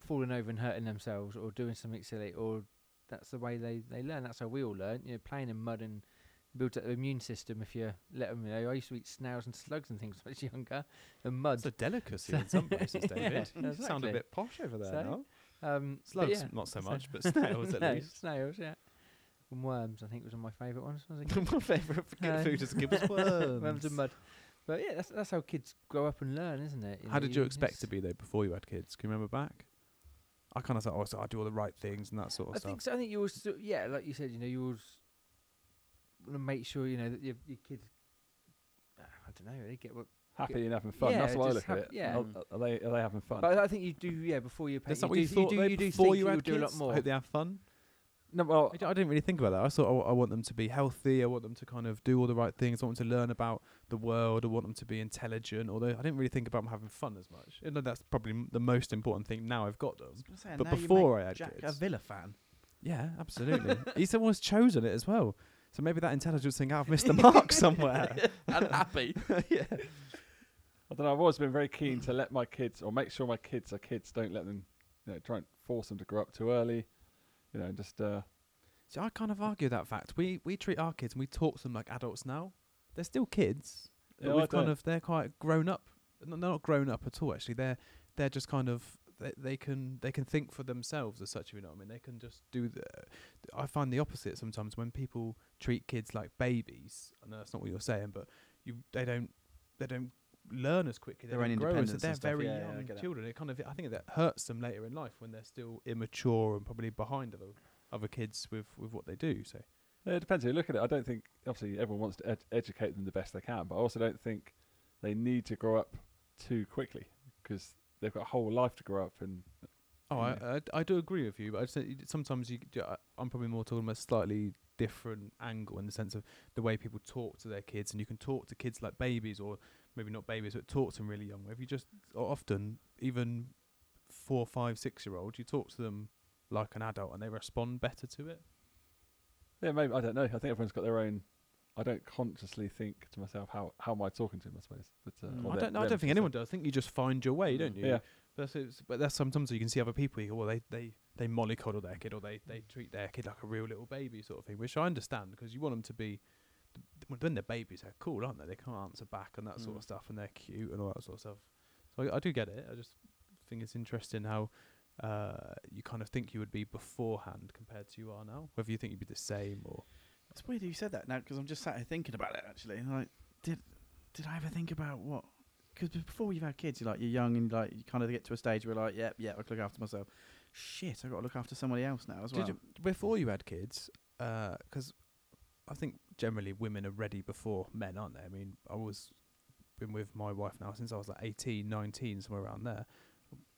Speaker 4: falling over and hurting themselves or doing something silly, or that's the way they, they learn. That's how we all learn. You know, playing in mud and builds up the immune system if you let them. You know, I used to eat snails and slugs and things when I was younger, and mud.
Speaker 1: It's a delicacy
Speaker 4: So-
Speaker 1: in some places,
Speaker 4: Yeah,
Speaker 1: David. you sound a
Speaker 4: exactly.
Speaker 1: bit posh over there
Speaker 4: So,
Speaker 1: now.
Speaker 4: um, but
Speaker 1: Slugs,
Speaker 4: yeah.
Speaker 1: not so
Speaker 4: So-
Speaker 1: much, but snails at
Speaker 4: No,
Speaker 1: least.
Speaker 4: Snails, yeah. And worms, I think, was one of my favourite ones. when I was a kid.
Speaker 1: My favourite
Speaker 4: No.
Speaker 1: food is gibbous
Speaker 4: worms
Speaker 1: worms.
Speaker 4: and mud. But yeah, that's that's how kids grow up and learn, isn't it?
Speaker 1: How did you expect to be though before you had kids? Can you remember back? I kind of thought, oh, so I do all the right things and that sort of
Speaker 4: I
Speaker 1: stuff.
Speaker 4: think so. I think you always, yeah, like you said, you know, you always want to make sure you know that your, your kids. uh, I don't know. They get what.
Speaker 3: Happy and having fun.
Speaker 4: Yeah,
Speaker 3: That's the way I
Speaker 4: just
Speaker 3: look at
Speaker 4: hap-
Speaker 3: it.
Speaker 4: yeah.
Speaker 3: Are, are they are they having fun?
Speaker 4: But I think you do. Yeah, before you.
Speaker 1: That's
Speaker 4: you
Speaker 1: not what
Speaker 4: do,
Speaker 1: you thought
Speaker 4: do,
Speaker 1: though,
Speaker 4: you do
Speaker 1: before
Speaker 4: think
Speaker 1: you
Speaker 4: you
Speaker 1: had
Speaker 4: would do a lot
Speaker 1: kids? I
Speaker 4: more.
Speaker 1: hope they have fun.
Speaker 3: no, well,
Speaker 1: I, d- I didn't really think about that. I thought oh, I want them to be healthy. I want them to kind of do all the right things. I want them to learn about the world. I want them to be intelligent. Although I didn't really think about them having fun as much. You know, that's probably m- the most important thing. Now I've got them. But before I had
Speaker 2: Jack a
Speaker 1: kids.
Speaker 2: Villa fan.
Speaker 1: Yeah, absolutely. He's the one who's chosen it as well. So maybe that intelligence thing, I've missed the mark somewhere.
Speaker 2: Unhappy.
Speaker 1: yeah.
Speaker 3: I don't know. I've always been very keen to let my kids, or make sure my kids are kids. Don't let them, you know, try and force them to grow up too early. You know, just uh,
Speaker 1: See, I kind of argue that fact. We we treat our kids and we talk to them like adults now. They're still kids, but
Speaker 3: you know, I
Speaker 1: we've kind
Speaker 3: don't-
Speaker 1: of they're quite grown up. No, they're not grown up at all. Actually, they're they're just kind of they, they can they can think for themselves as such. If you know what I mean, they can just do. The, I find the opposite sometimes when people treat kids like babies. I know that's not what you're saying, but you they don't they don't learn as quickly. They
Speaker 2: Their own
Speaker 1: don't grow as-
Speaker 2: independence and
Speaker 1: They're
Speaker 2: stuff,
Speaker 1: very
Speaker 2: yeah, yeah, I
Speaker 1: young
Speaker 2: get that.
Speaker 1: children. It kind of I think that hurts them later in life when they're still immature and probably behind other other kids with with what they do. So.
Speaker 3: It depends how you look at it. I don't think obviously everyone wants to ed- educate them the best they can, but I also don't think they need to grow up too quickly because they've got a whole life to grow up. And
Speaker 1: Oh,
Speaker 3: you
Speaker 1: I, I I do agree with you, but I just, think you d- sometimes you d- I- I'm probably more talking about a slightly different angle in the sense of the way people talk to their kids, and you can talk to kids like babies, or maybe not babies, but talk to them really young. If you just o- often even four, five, six year olds, you talk to them like an adult, and they respond better to it.
Speaker 3: yeah, maybe I don't know. I think everyone's got their own. I don't consciously think to myself how how am I talking to them. I suppose, but uh,
Speaker 2: Mm.
Speaker 3: or
Speaker 1: I
Speaker 3: them-
Speaker 1: don't know. I
Speaker 3: them
Speaker 1: don't
Speaker 3: to
Speaker 1: think anyone
Speaker 3: myself.
Speaker 1: does. I think you just find your way, don't you?
Speaker 3: Yeah,
Speaker 1: But that's, it's, but that's sometimes you can see other people. You go, well, they they they mollycoddle their kid, or they they treat their kid like a real little baby sort of thing, which I understand because you want them to be. th- When they're babies, they're cool, aren't they? They can't answer back and that sort
Speaker 3: Mm.
Speaker 1: of stuff, and they're cute and all that sort of stuff. So I, I do get it. I just think it's interesting how uh, you kind of think you would be beforehand compared to you are now. Whether you think you'd be the same or
Speaker 2: It's weird you said that now because I'm just sat here thinking about it actually. And like, did did I ever think about what? Because before you've had kids, you're like you're young and like you kind of get to a stage where like, yep, yep, I can look after myself. Shit, I got to look after somebody else now as well.
Speaker 1: Did you, before you had kids, because I think generally women are ready before men, aren't they? I mean, I was been with my wife now since I was like 18, 19, somewhere around there.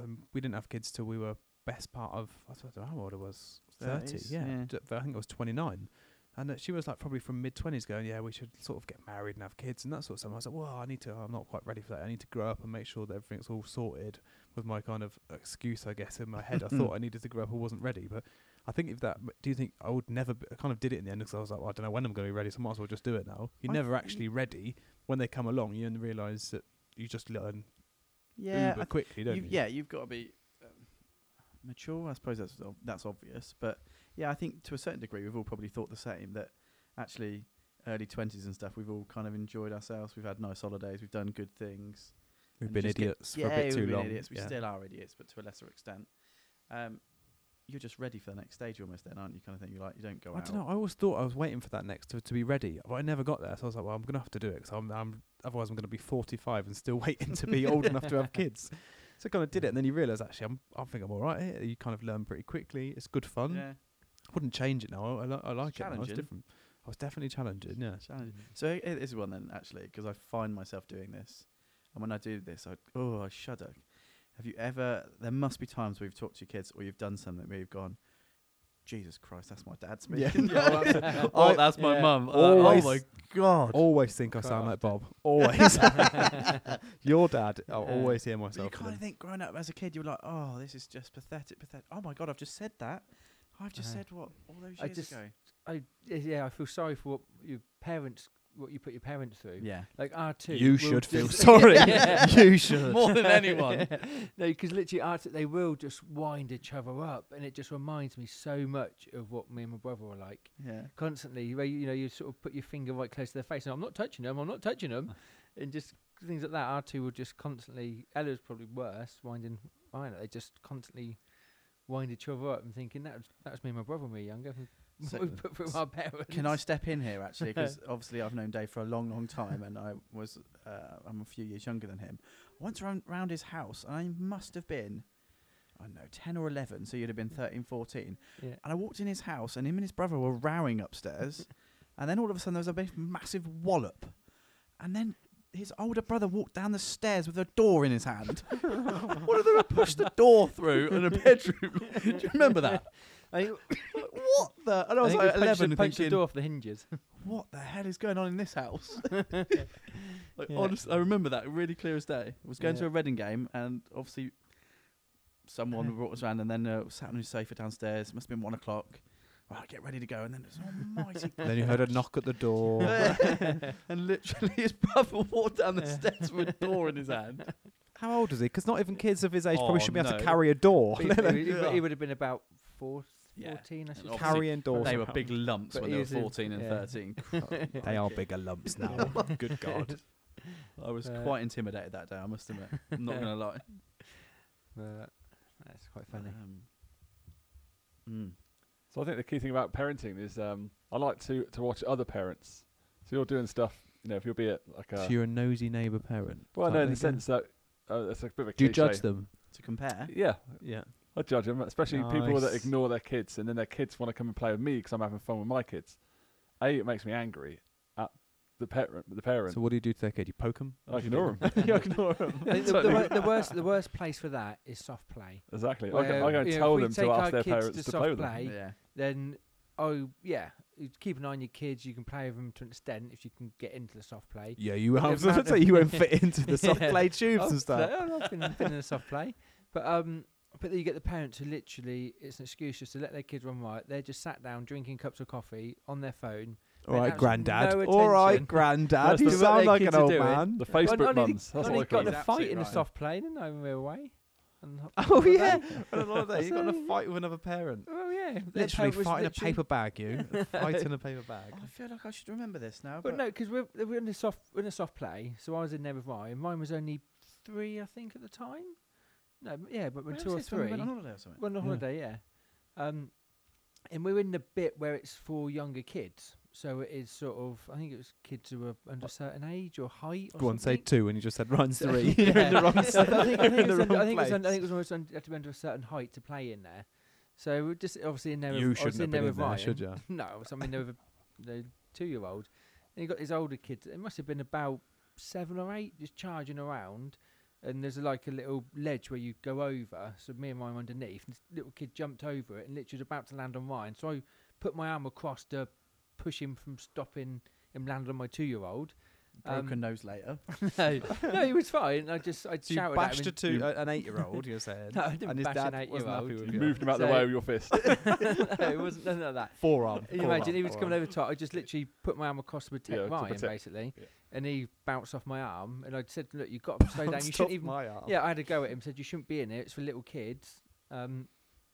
Speaker 1: Um, we didn't have kids till we were best part of I don't know how old I was, thirty.
Speaker 2: Thirties,
Speaker 1: Yeah,
Speaker 2: yeah.
Speaker 1: D- I think I was twenty nine. And uh, she was like probably from mid twenties, going, "Yeah, we should sort of get married and have kids and that sort of stuff." And I was like, "Well, I need to. I'm not quite ready for that. I need to grow up and make sure that everything's all sorted." With my kind of excuse, I guess, in my head, I thought I needed to grow up. I wasn't ready, but I think if that. Do you think I would never? Be, I kind of did it in the end because I was like, well, I don't know when I'm going to be ready, so I might as well just do it now. You're
Speaker 2: I-
Speaker 1: never actually ready when they come along. You realise that you just learn
Speaker 2: yeah,
Speaker 1: uber
Speaker 2: I
Speaker 1: quickly, don't you?
Speaker 2: You've- Yeah, you've got to be um, mature. I suppose that's ob- that's obvious, but yeah, I think to a certain degree we've all probably thought the same. That actually, early twenties and stuff, we've all kind of enjoyed ourselves. We've had nice holidays. We've done good things.
Speaker 1: We've
Speaker 2: and
Speaker 1: been
Speaker 2: just get-
Speaker 1: idiots
Speaker 2: yeah,
Speaker 1: for a bit
Speaker 2: we've
Speaker 1: too
Speaker 2: been
Speaker 1: long.
Speaker 2: Idiots. We
Speaker 1: yeah.
Speaker 2: still are idiots, but to a lesser extent. Um, you're just ready for the next stage almost, then, aren't you? Kind of thing. You like you don't go
Speaker 1: I
Speaker 2: out.
Speaker 1: don't know. I always thought I was waiting for that next to, to be ready, but I never got there. So I was like, well, I'm gonna have to do it because I'm, I'm otherwise I'm gonna be 45 and still waiting to be old enough to have kids. So I kind of did it, and then you realise actually I'm I think I'm all right. Here. You kind of learn pretty quickly. It's good fun.
Speaker 2: Yeah,
Speaker 1: Wouldn't change it now. I, I, li- I like it. Now. It's
Speaker 2: challenging.
Speaker 1: different. I was definitely challenging. Yeah.
Speaker 2: challenge. So it it is one then actually, because I find myself doing this, and when I do this, I oh I shudder. Have you ever? There must be times where you've talked to your kids or you've done something where you've gone, Jesus Christ, that's my dad speaking.
Speaker 1: Yeah.
Speaker 2: Yeah.
Speaker 1: Oh, I-
Speaker 2: that's
Speaker 4: yeah.
Speaker 2: mum. Oh,
Speaker 1: Always.
Speaker 2: god.
Speaker 1: Always think I
Speaker 3: Quite
Speaker 1: sound like
Speaker 3: often.
Speaker 1: Bob. oh Always. Your dad. I will
Speaker 4: Yeah.
Speaker 1: always hear
Speaker 2: But you
Speaker 1: myself. in
Speaker 2: kind
Speaker 1: him.
Speaker 2: of think growing up as a kid, you were like, oh, this is just pathetic, pathetic. Oh my god, I've just said that. I've just
Speaker 4: Uh-huh.
Speaker 2: said what all those years
Speaker 4: I just-
Speaker 2: ago.
Speaker 4: I yeah, yeah, I feel sorry for what your parents, what you put your parents through.
Speaker 2: Yeah.
Speaker 4: Like R two,
Speaker 1: You should feel sorry. You should.
Speaker 2: More than anyone.
Speaker 4: no, because literally R two, they will just wind each other up, and it just reminds me so much of what me and my brother were like
Speaker 2: Yeah.
Speaker 4: constantly. Where you you know you sort of put your finger right close to their face, and I'm not touching them, I'm not touching them, and just things like that. R two will just constantly. Ella's probably worse, winding mine. up. They just constantly wind each other up and thinking that was, that was me and my brother when we were younger.
Speaker 2: So-
Speaker 4: what we put through our parents.
Speaker 2: Can I step in here actually? Because obviously I've known Dave for a long, long time, and I was uh, I'm a few years younger than him. I went around, round his house, and I must have been I don't know ten or eleven, so you'd have been 13, 14.
Speaker 4: Yeah.
Speaker 2: And I walked in his house, and him and his brother were rowing upstairs. And then all of a sudden there was a big, massive wallop. And then his older brother walked down the stairs with a door in his hand. One of them had pushed the door through in a bedroom. Do you remember that?
Speaker 4: I think,
Speaker 2: What the? And I
Speaker 4: I
Speaker 2: was
Speaker 4: think we
Speaker 2: like
Speaker 4: punched the-
Speaker 2: 11
Speaker 4: punched the
Speaker 2: thinking,
Speaker 4: door off the hinges.
Speaker 2: what the hell is going on in this house? like,
Speaker 4: Yeah.
Speaker 2: honestly, I remember that really clear as day. I was going to
Speaker 4: Yeah.
Speaker 2: a Reading game, and obviously, someone brought us round, and then uh, sat on his sofa downstairs. Must have been one o'clock. Right, get ready to go, and then there's almighty.
Speaker 1: then you heard a knock at the door.
Speaker 2: and literally, his brother walked down the steps with a door in his hand.
Speaker 1: How old is he? Because not even kids of his age
Speaker 2: Oh,
Speaker 1: probably should be able
Speaker 2: no.
Speaker 1: to carry a door.
Speaker 4: he, he-
Speaker 2: Yeah.
Speaker 4: he would have been about four,
Speaker 2: Yeah.
Speaker 4: 14, I should
Speaker 2: obviously-
Speaker 4: say.
Speaker 1: Carrying doors.
Speaker 2: They were
Speaker 1: around.
Speaker 2: big lumps
Speaker 4: But
Speaker 2: when they
Speaker 4: he
Speaker 2: were
Speaker 4: was in-
Speaker 2: 14 and
Speaker 4: yeah.
Speaker 2: 13.
Speaker 1: They are bigger lumps now.
Speaker 2: Oh
Speaker 1: Good God.
Speaker 2: I was
Speaker 4: Uh,
Speaker 2: quite intimidated that day, I must admit. I'm not going to lie.
Speaker 4: But that's quite funny.
Speaker 2: Um, mm.
Speaker 3: So I think the key thing about parenting is um, I like to to watch other parents. So you're doing stuff, you know, if you'll be at like a
Speaker 1: So you're a nosy neighbour parent.
Speaker 3: well, no,
Speaker 1: type
Speaker 3: in the
Speaker 1: thing, yeah?
Speaker 3: sense that uh, it's a bit of a
Speaker 1: Do you
Speaker 3: cliche.
Speaker 1: judge them?
Speaker 2: To compare,
Speaker 3: Yeah,
Speaker 1: Yeah.
Speaker 3: I judge them, especially people that
Speaker 1: Nice.
Speaker 3: ignore their kids and then their kids want to come and play with me because I'm having fun with my kids. A, it makes me angry at the parent. The parent.
Speaker 1: So what do you do to their kid? You poke them?
Speaker 3: I ignore them. yeah, I ignore them.
Speaker 4: I think the, the, wor- the worst, the worst place for that is soft play.
Speaker 3: Exactly. I
Speaker 4: Where,
Speaker 3: go, I go and
Speaker 4: you know, if
Speaker 3: tell
Speaker 4: we
Speaker 3: them
Speaker 4: take
Speaker 3: to
Speaker 4: our
Speaker 3: ask their
Speaker 4: kids
Speaker 3: parents
Speaker 4: to
Speaker 3: to,
Speaker 4: soft
Speaker 3: play with
Speaker 4: play,
Speaker 3: them.
Speaker 2: yeah.
Speaker 4: Then, oh yeah, you keep an eye on your kids. You can play with them to an extent if you can get into the soft play.
Speaker 1: Yeah, you have.
Speaker 4: amount
Speaker 1: That's
Speaker 4: of-
Speaker 1: you won't fit into the soft
Speaker 4: Yeah.
Speaker 1: play tubes and
Speaker 4: Oh,
Speaker 1: stuff.
Speaker 4: no, I've been, been in a soft play, but um, but then you get the parents who literally it's an excuse just to let their kids run riot. They're just sat down drinking cups of coffee on their phone.
Speaker 1: All right,
Speaker 4: absolutely
Speaker 1: granddad.
Speaker 4: no
Speaker 1: All right,
Speaker 4: attention.
Speaker 1: granddad.
Speaker 3: That's
Speaker 1: you
Speaker 3: the-
Speaker 1: sound like
Speaker 4: What their
Speaker 1: an
Speaker 4: kids are
Speaker 1: old
Speaker 4: doing.
Speaker 1: man.
Speaker 3: The
Speaker 4: I
Speaker 3: Facebook
Speaker 4: only-
Speaker 3: mums. That's
Speaker 4: only
Speaker 3: what I
Speaker 4: got
Speaker 3: call
Speaker 4: in
Speaker 2: them.
Speaker 3: them.
Speaker 4: a fight in
Speaker 2: Absolutely
Speaker 4: a
Speaker 2: right.
Speaker 4: soft play, didn't I, when we were away? And ho-
Speaker 1: Oh yeah.
Speaker 4: On a holiday,
Speaker 1: you got in a fight with another parent.
Speaker 4: Oh yeah, their
Speaker 1: Literally
Speaker 4: parent was
Speaker 1: fighting
Speaker 4: literally-
Speaker 1: a paper bag. You fighting a paper bag.
Speaker 2: I feel like I should remember this now.
Speaker 4: But no, because we're we're in a soft we're in a soft play. So I was in there with mine. Mine was only three, I think, at the time. No, m- yeah, but when two or three.
Speaker 2: went on holiday or something.
Speaker 4: We're on a
Speaker 1: Yeah.
Speaker 4: holiday, yeah. Um, and we're in the bit where it's for younger kids. So it is sort of, I think it was kids who were under a certain age or height. Or
Speaker 1: Go on, say
Speaker 4: something.
Speaker 1: two, and you just said run
Speaker 4: So-
Speaker 1: three.
Speaker 4: yeah.
Speaker 1: You're in the wrong.
Speaker 4: I
Speaker 1: s-
Speaker 4: think- I think
Speaker 1: you're in
Speaker 4: it
Speaker 1: the
Speaker 4: was under- I
Speaker 1: wrong
Speaker 4: think it was under- I
Speaker 1: place.
Speaker 4: think it was almost under, you had to be under a certain height to play in there. So we we're just obviously in there. with- I
Speaker 1: You
Speaker 4: was
Speaker 1: shouldn't have
Speaker 4: in there
Speaker 1: been in
Speaker 4: with
Speaker 1: there,
Speaker 4: Ryan.
Speaker 1: should you?
Speaker 4: No, so I mean there was a the two-year-old. And you got this older kid. It must have been about seven or eight, just charging around. And there's like a little ledge where you go over. So me and mine were underneath. And this little kid jumped over it and literally was about to land on mine. So I put my arm across to push him from stopping him landing on my two-year-old.
Speaker 2: Broken
Speaker 4: Um,
Speaker 2: nose later.
Speaker 4: no, no, he was fine. I just I
Speaker 1: So you
Speaker 4: shouted
Speaker 1: bashed a
Speaker 4: at him.
Speaker 1: two, a- an eight-year-old. You're saying.
Speaker 4: No, I didn't
Speaker 1: and his
Speaker 4: bash an
Speaker 1: dad wasn't happy
Speaker 4: eight-year-old.
Speaker 1: with
Speaker 3: You moved them out of the
Speaker 4: So-
Speaker 3: way with your fist.
Speaker 4: And no, it wasn't none of that.
Speaker 1: Forearm.
Speaker 4: Can you
Speaker 1: forearm,
Speaker 4: imagine he was
Speaker 1: forearm.
Speaker 4: coming over top. I just literally put my arm across to protect
Speaker 3: Yeah, to
Speaker 4: Ryan,
Speaker 3: protect-
Speaker 4: basically,
Speaker 3: yeah.
Speaker 4: and he bounced off my arm. And I said, "Look, you've got to slow down. You
Speaker 1: Stop
Speaker 4: shouldn't even."
Speaker 1: my arm.
Speaker 4: Yeah, I had a go at him. Said, "You shouldn't be in here. It's for little kids. Um,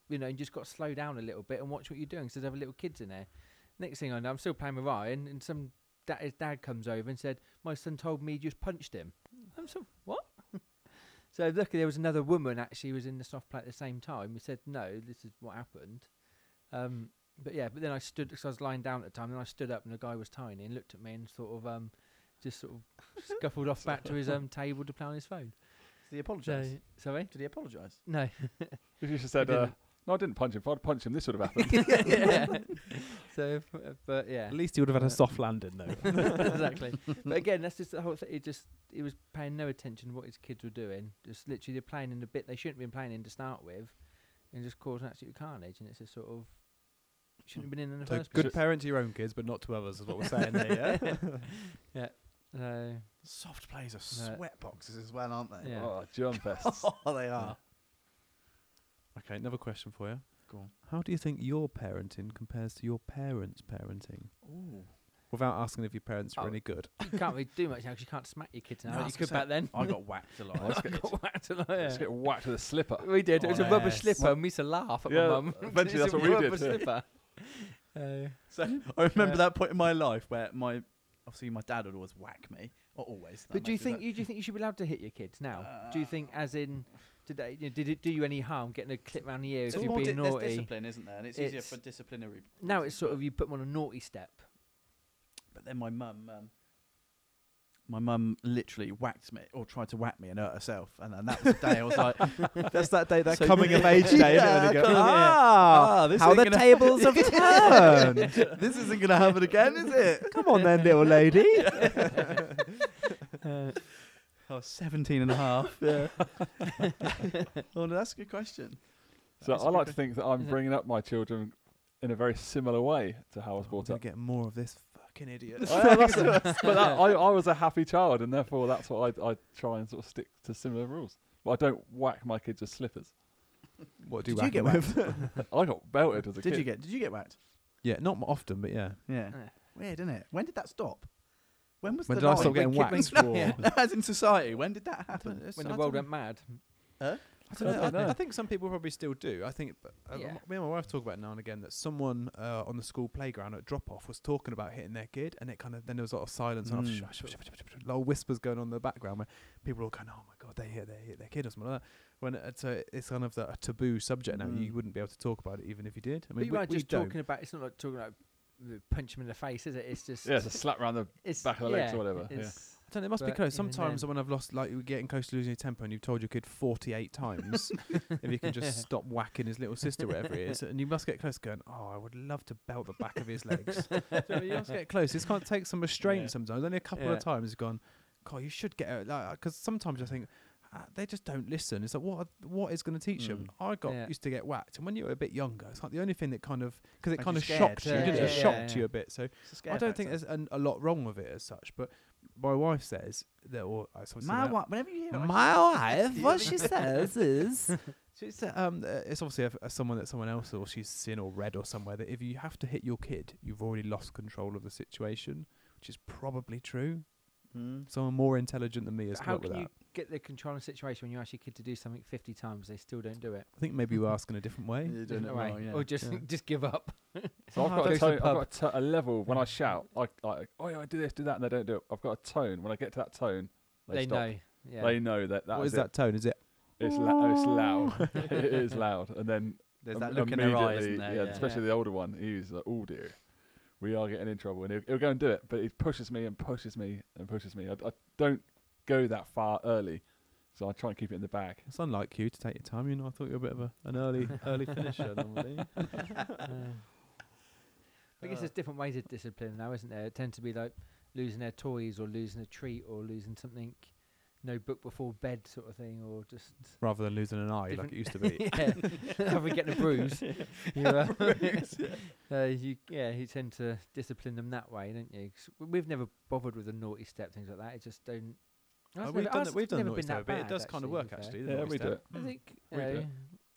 Speaker 4: you know, you just got to slow down a little bit and watch what you're doing. 'cause there's other little kids in there." Next thing I know, I'm still playing with Ryan, and some da- his dad comes over and said, "My son told me you just punched him." I'm so what? so luckily there was another woman actually who was in the soft play at the same time. who said, "No, this is what happened." Um, but yeah, but then I stood because I was lying down at the time. Then I stood up and the guy was tiny and looked at me and sort of um, just sort of scuffled off back to his um table to play on his phone.
Speaker 2: Did he apologise?
Speaker 4: So- sorry,
Speaker 2: Did he apologise?
Speaker 4: no.
Speaker 3: You should have said,
Speaker 4: I
Speaker 3: uh,
Speaker 4: didn't.
Speaker 3: no, I didn't punch him. If I'd punched him, this would have happened.
Speaker 4: yeah. So, f- but yeah,
Speaker 1: At least he would have had a soft landing, though.
Speaker 4: exactly. But again, that's just the whole thing. It just he was paying no attention to what his kids were doing. Just literally, they're playing in the bit they shouldn't have been playing in to start with, and just causing absolute carnage. And it's a sort of shouldn't have been in, in the
Speaker 1: So
Speaker 4: first
Speaker 1: good
Speaker 4: place.
Speaker 1: parent to your own kids, but not to others, is what we're saying there. Yeah?
Speaker 4: So,
Speaker 2: Soft plays are
Speaker 4: No.
Speaker 2: sweat boxes as well, aren't they?
Speaker 4: Yeah.
Speaker 3: Oh, germ fest.
Speaker 2: Oh, they are.
Speaker 1: okay, another question for you.
Speaker 2: Go on.
Speaker 1: How do you think your parenting compares to your parents' parenting?
Speaker 2: Ooh.
Speaker 1: Without asking if your parents were
Speaker 4: Oh.
Speaker 1: any good.
Speaker 4: you can't really do much now 'cause you can't smack your kids now.
Speaker 2: No, I
Speaker 4: like you
Speaker 2: was
Speaker 4: could
Speaker 2: gonna
Speaker 4: back then.
Speaker 2: I got whacked a lot.
Speaker 4: I got whacked a lot,
Speaker 3: Just
Speaker 4: yeah.
Speaker 3: get whacked with a slipper.
Speaker 4: We did. it was a rubber
Speaker 1: Yes.
Speaker 4: slipper, and we used to laugh at
Speaker 3: Yeah,
Speaker 4: my mum.
Speaker 3: eventually that's
Speaker 4: It's a
Speaker 3: what we did,
Speaker 4: rubber
Speaker 3: yeah.
Speaker 4: Slipper. Uh,
Speaker 2: So I remember
Speaker 4: Yeah.
Speaker 2: that point in my life where my obviously my dad would always whack me. Not always. that
Speaker 4: But do you
Speaker 2: makes me
Speaker 4: think you do you think you should be allowed to hit your kids now? do you think, as in, today, you know, did it do you any harm getting a clip round the ear
Speaker 2: It's
Speaker 4: if you've
Speaker 2: more di-
Speaker 4: been
Speaker 2: there's
Speaker 4: naughty?
Speaker 2: discipline, isn't there? And it's, easier
Speaker 4: It's-
Speaker 2: for disciplinary.
Speaker 4: Now
Speaker 2: reasons,
Speaker 4: it's sort
Speaker 2: but-
Speaker 4: of you put them on a naughty step.
Speaker 2: But then my mum, um, my mum literally whacked me or tried to whack me and hurt herself, and, and that was the day I was like,
Speaker 1: That's that day, that
Speaker 2: So-
Speaker 1: coming of age day.
Speaker 2: Yeah,
Speaker 1: isn't it? They go,
Speaker 2: come- yeah.
Speaker 1: ah,
Speaker 2: Ah, this
Speaker 1: how
Speaker 2: ain't
Speaker 1: the
Speaker 2: gonna-
Speaker 1: tables have turned.
Speaker 2: "This isn't gonna happen again, is it?"
Speaker 1: Come on then, little lady.
Speaker 3: Uh,
Speaker 2: I was 17 and a half. Yeah. oh, no, that's a good question.
Speaker 3: So
Speaker 2: That's a
Speaker 3: I
Speaker 2: good
Speaker 3: like to think that I'm
Speaker 4: Isn't it?
Speaker 3: bringing up my children in a very similar way to how I was
Speaker 1: We're
Speaker 3: brought
Speaker 1: gonna
Speaker 3: up.
Speaker 1: get more of this fucking idiot.
Speaker 3: I know, that's- but that, I, I was a happy child, and therefore that's what I, I try and sort of stick to similar rules. But I don't whack my kids with slippers.
Speaker 1: what
Speaker 2: Did you get
Speaker 1: whack 'em
Speaker 2: whacked?
Speaker 3: I got belted as a
Speaker 2: did
Speaker 3: kid.
Speaker 2: you get? Did you get whacked?
Speaker 1: Yeah, not m- often, but yeah.
Speaker 2: Yeah.
Speaker 4: Yeah.
Speaker 2: Weird, isn't it? When did that stop? When was
Speaker 1: When
Speaker 2: the
Speaker 1: did I
Speaker 2: line?
Speaker 1: stop
Speaker 4: when
Speaker 1: getting
Speaker 4: kid
Speaker 1: whacked?
Speaker 4: went-
Speaker 1: Yeah.
Speaker 2: As in society, when did that happen?
Speaker 1: It's-
Speaker 4: when
Speaker 1: I
Speaker 4: the world
Speaker 1: don't-
Speaker 4: went mad.
Speaker 1: I don't know. I,
Speaker 3: don't know.
Speaker 1: I think some people probably still do. I think but, uh,
Speaker 4: Yeah.
Speaker 1: m- me and my wife talk about it now and again that someone uh, on the school playground at drop off was talking about hitting their kid, and it kind of then there was a lot of silence and a lot
Speaker 2: Mm.
Speaker 1: of sh- sh- sh- sh- sh- little whispers going on in the background where people were all kind of, oh my god, they hit they hit their kid or something like that. When uh, so it's kind of the, a taboo subject now.
Speaker 2: Mm.
Speaker 1: You wouldn't be able to talk about it even if you did. I
Speaker 4: But
Speaker 1: mean,
Speaker 4: you
Speaker 1: we,
Speaker 4: are
Speaker 1: we
Speaker 4: just
Speaker 1: don't.
Speaker 4: talking about. It's not like talking about the punch him in the face, is it? It's just.
Speaker 3: Yeah, it's a slap round the.
Speaker 4: it's,
Speaker 3: back of the legs or whatever, yeah.
Speaker 4: it's-
Speaker 1: I don't know, it must be
Speaker 4: But
Speaker 1: close.
Speaker 4: even then-
Speaker 1: Sometimes when I've lost, like you're getting close to losing your temper, and you've told your kid 48 times if you can just stop whacking his little sister, whatever it is, and you must get close, going, "Oh, I would love to belt the back of his legs." Do you, know what I mean? you must get close. This can't take some restraint
Speaker 3: Yeah.
Speaker 1: sometimes. Only a couple
Speaker 4: Yeah.
Speaker 1: of times you've gone, "God, you should get out," like because sometimes I think. "Ah, They just don't listen. It's like what are- what is going to teach them? I got
Speaker 4: Mm. Yeah.
Speaker 1: used to get whacked, and when you were a bit younger, it's like the only thing that kind of because it
Speaker 2: Made
Speaker 1: kind
Speaker 2: you
Speaker 1: of
Speaker 2: scared.
Speaker 1: shocked you,
Speaker 4: Yeah,
Speaker 1: didn't it?
Speaker 4: yeah,
Speaker 1: it shocked
Speaker 4: yeah.
Speaker 1: you a bit. So
Speaker 2: It's a scare
Speaker 1: I don't think
Speaker 2: factor.
Speaker 1: there's an, a lot wrong with it as such, but my wife says that, or uh, it's obviously
Speaker 2: My
Speaker 1: my-
Speaker 2: wife, whenever you hear it, I
Speaker 1: my wife,
Speaker 2: Yeah,
Speaker 1: what
Speaker 2: yeah.
Speaker 1: she says is, she said, um, uh, it's obviously a, a someone that someone else or she's seen or read or somewhere that if you have to hit your kid, you've already lost control of the situation, which is probably true.
Speaker 2: just- Mm.
Speaker 1: Someone more intelligent than me has
Speaker 4: But
Speaker 1: come
Speaker 4: how
Speaker 1: up with
Speaker 4: can
Speaker 1: that.
Speaker 4: you get the control of the situation when you ask your kid to do something 50 times? They still don't do it.
Speaker 1: I think maybe you ask in a different way.
Speaker 2: You're doing it
Speaker 4: Different way.
Speaker 2: wrong, yeah.
Speaker 4: Or just
Speaker 1: Yeah.
Speaker 4: just give up.
Speaker 3: So I've
Speaker 1: Ah,
Speaker 3: got,
Speaker 1: go
Speaker 3: a
Speaker 1: to the
Speaker 3: tone, I've
Speaker 1: pub.
Speaker 3: got a to- a level when I shout. I, I oh yeah, I do this, do that, and they don't do it. I've got a tone. When I get to that tone, they,
Speaker 4: They,
Speaker 3: stop.
Speaker 4: know. Yeah.
Speaker 3: They know that that
Speaker 1: what is
Speaker 3: is it.
Speaker 1: that tone? Is it?
Speaker 3: It's, la- it's loud. it is loud. And then
Speaker 2: There's
Speaker 3: im-
Speaker 2: that look in their eye,
Speaker 3: immediately-
Speaker 2: isn't there?
Speaker 3: Yeah,
Speaker 2: Yeah.
Speaker 3: especially the older one. He was like, "Oh dear, we are getting in trouble," and he'll, he'll go and do it. But he pushes me and pushes me and pushes me. I, I don't go that far early, so I try and keep it in the bag.
Speaker 1: It's unlike you to take your time. You know, I thought you were a bit of a, an early early finisher normally.
Speaker 4: Uh, I guess there's different ways of discipline now, isn't there? It tend to be like losing their toys or losing a treat or losing something, no book before bed sort of thing, or just.
Speaker 1: Rather than losing an eye like
Speaker 4: Different-
Speaker 1: it used to be.
Speaker 4: yeah, rather than getting a bruise. you, uh, uh, you, yeah, you tend to discipline them that way, don't you? 'Cause w- we've never bothered with the naughty step, things like that. It just don't.
Speaker 1: Uh,
Speaker 4: Ours
Speaker 1: we've
Speaker 4: never-
Speaker 1: done
Speaker 4: ours
Speaker 1: it. We've
Speaker 4: never
Speaker 1: done
Speaker 4: been
Speaker 1: naughty step,
Speaker 4: that
Speaker 1: but it
Speaker 4: bad,
Speaker 1: does kind of
Speaker 4: actually, to
Speaker 1: work
Speaker 4: be fair.
Speaker 1: actually. the
Speaker 3: Yeah,
Speaker 1: naughty
Speaker 3: we do
Speaker 1: step.
Speaker 3: it.
Speaker 4: I think
Speaker 3: We do it.
Speaker 4: uh,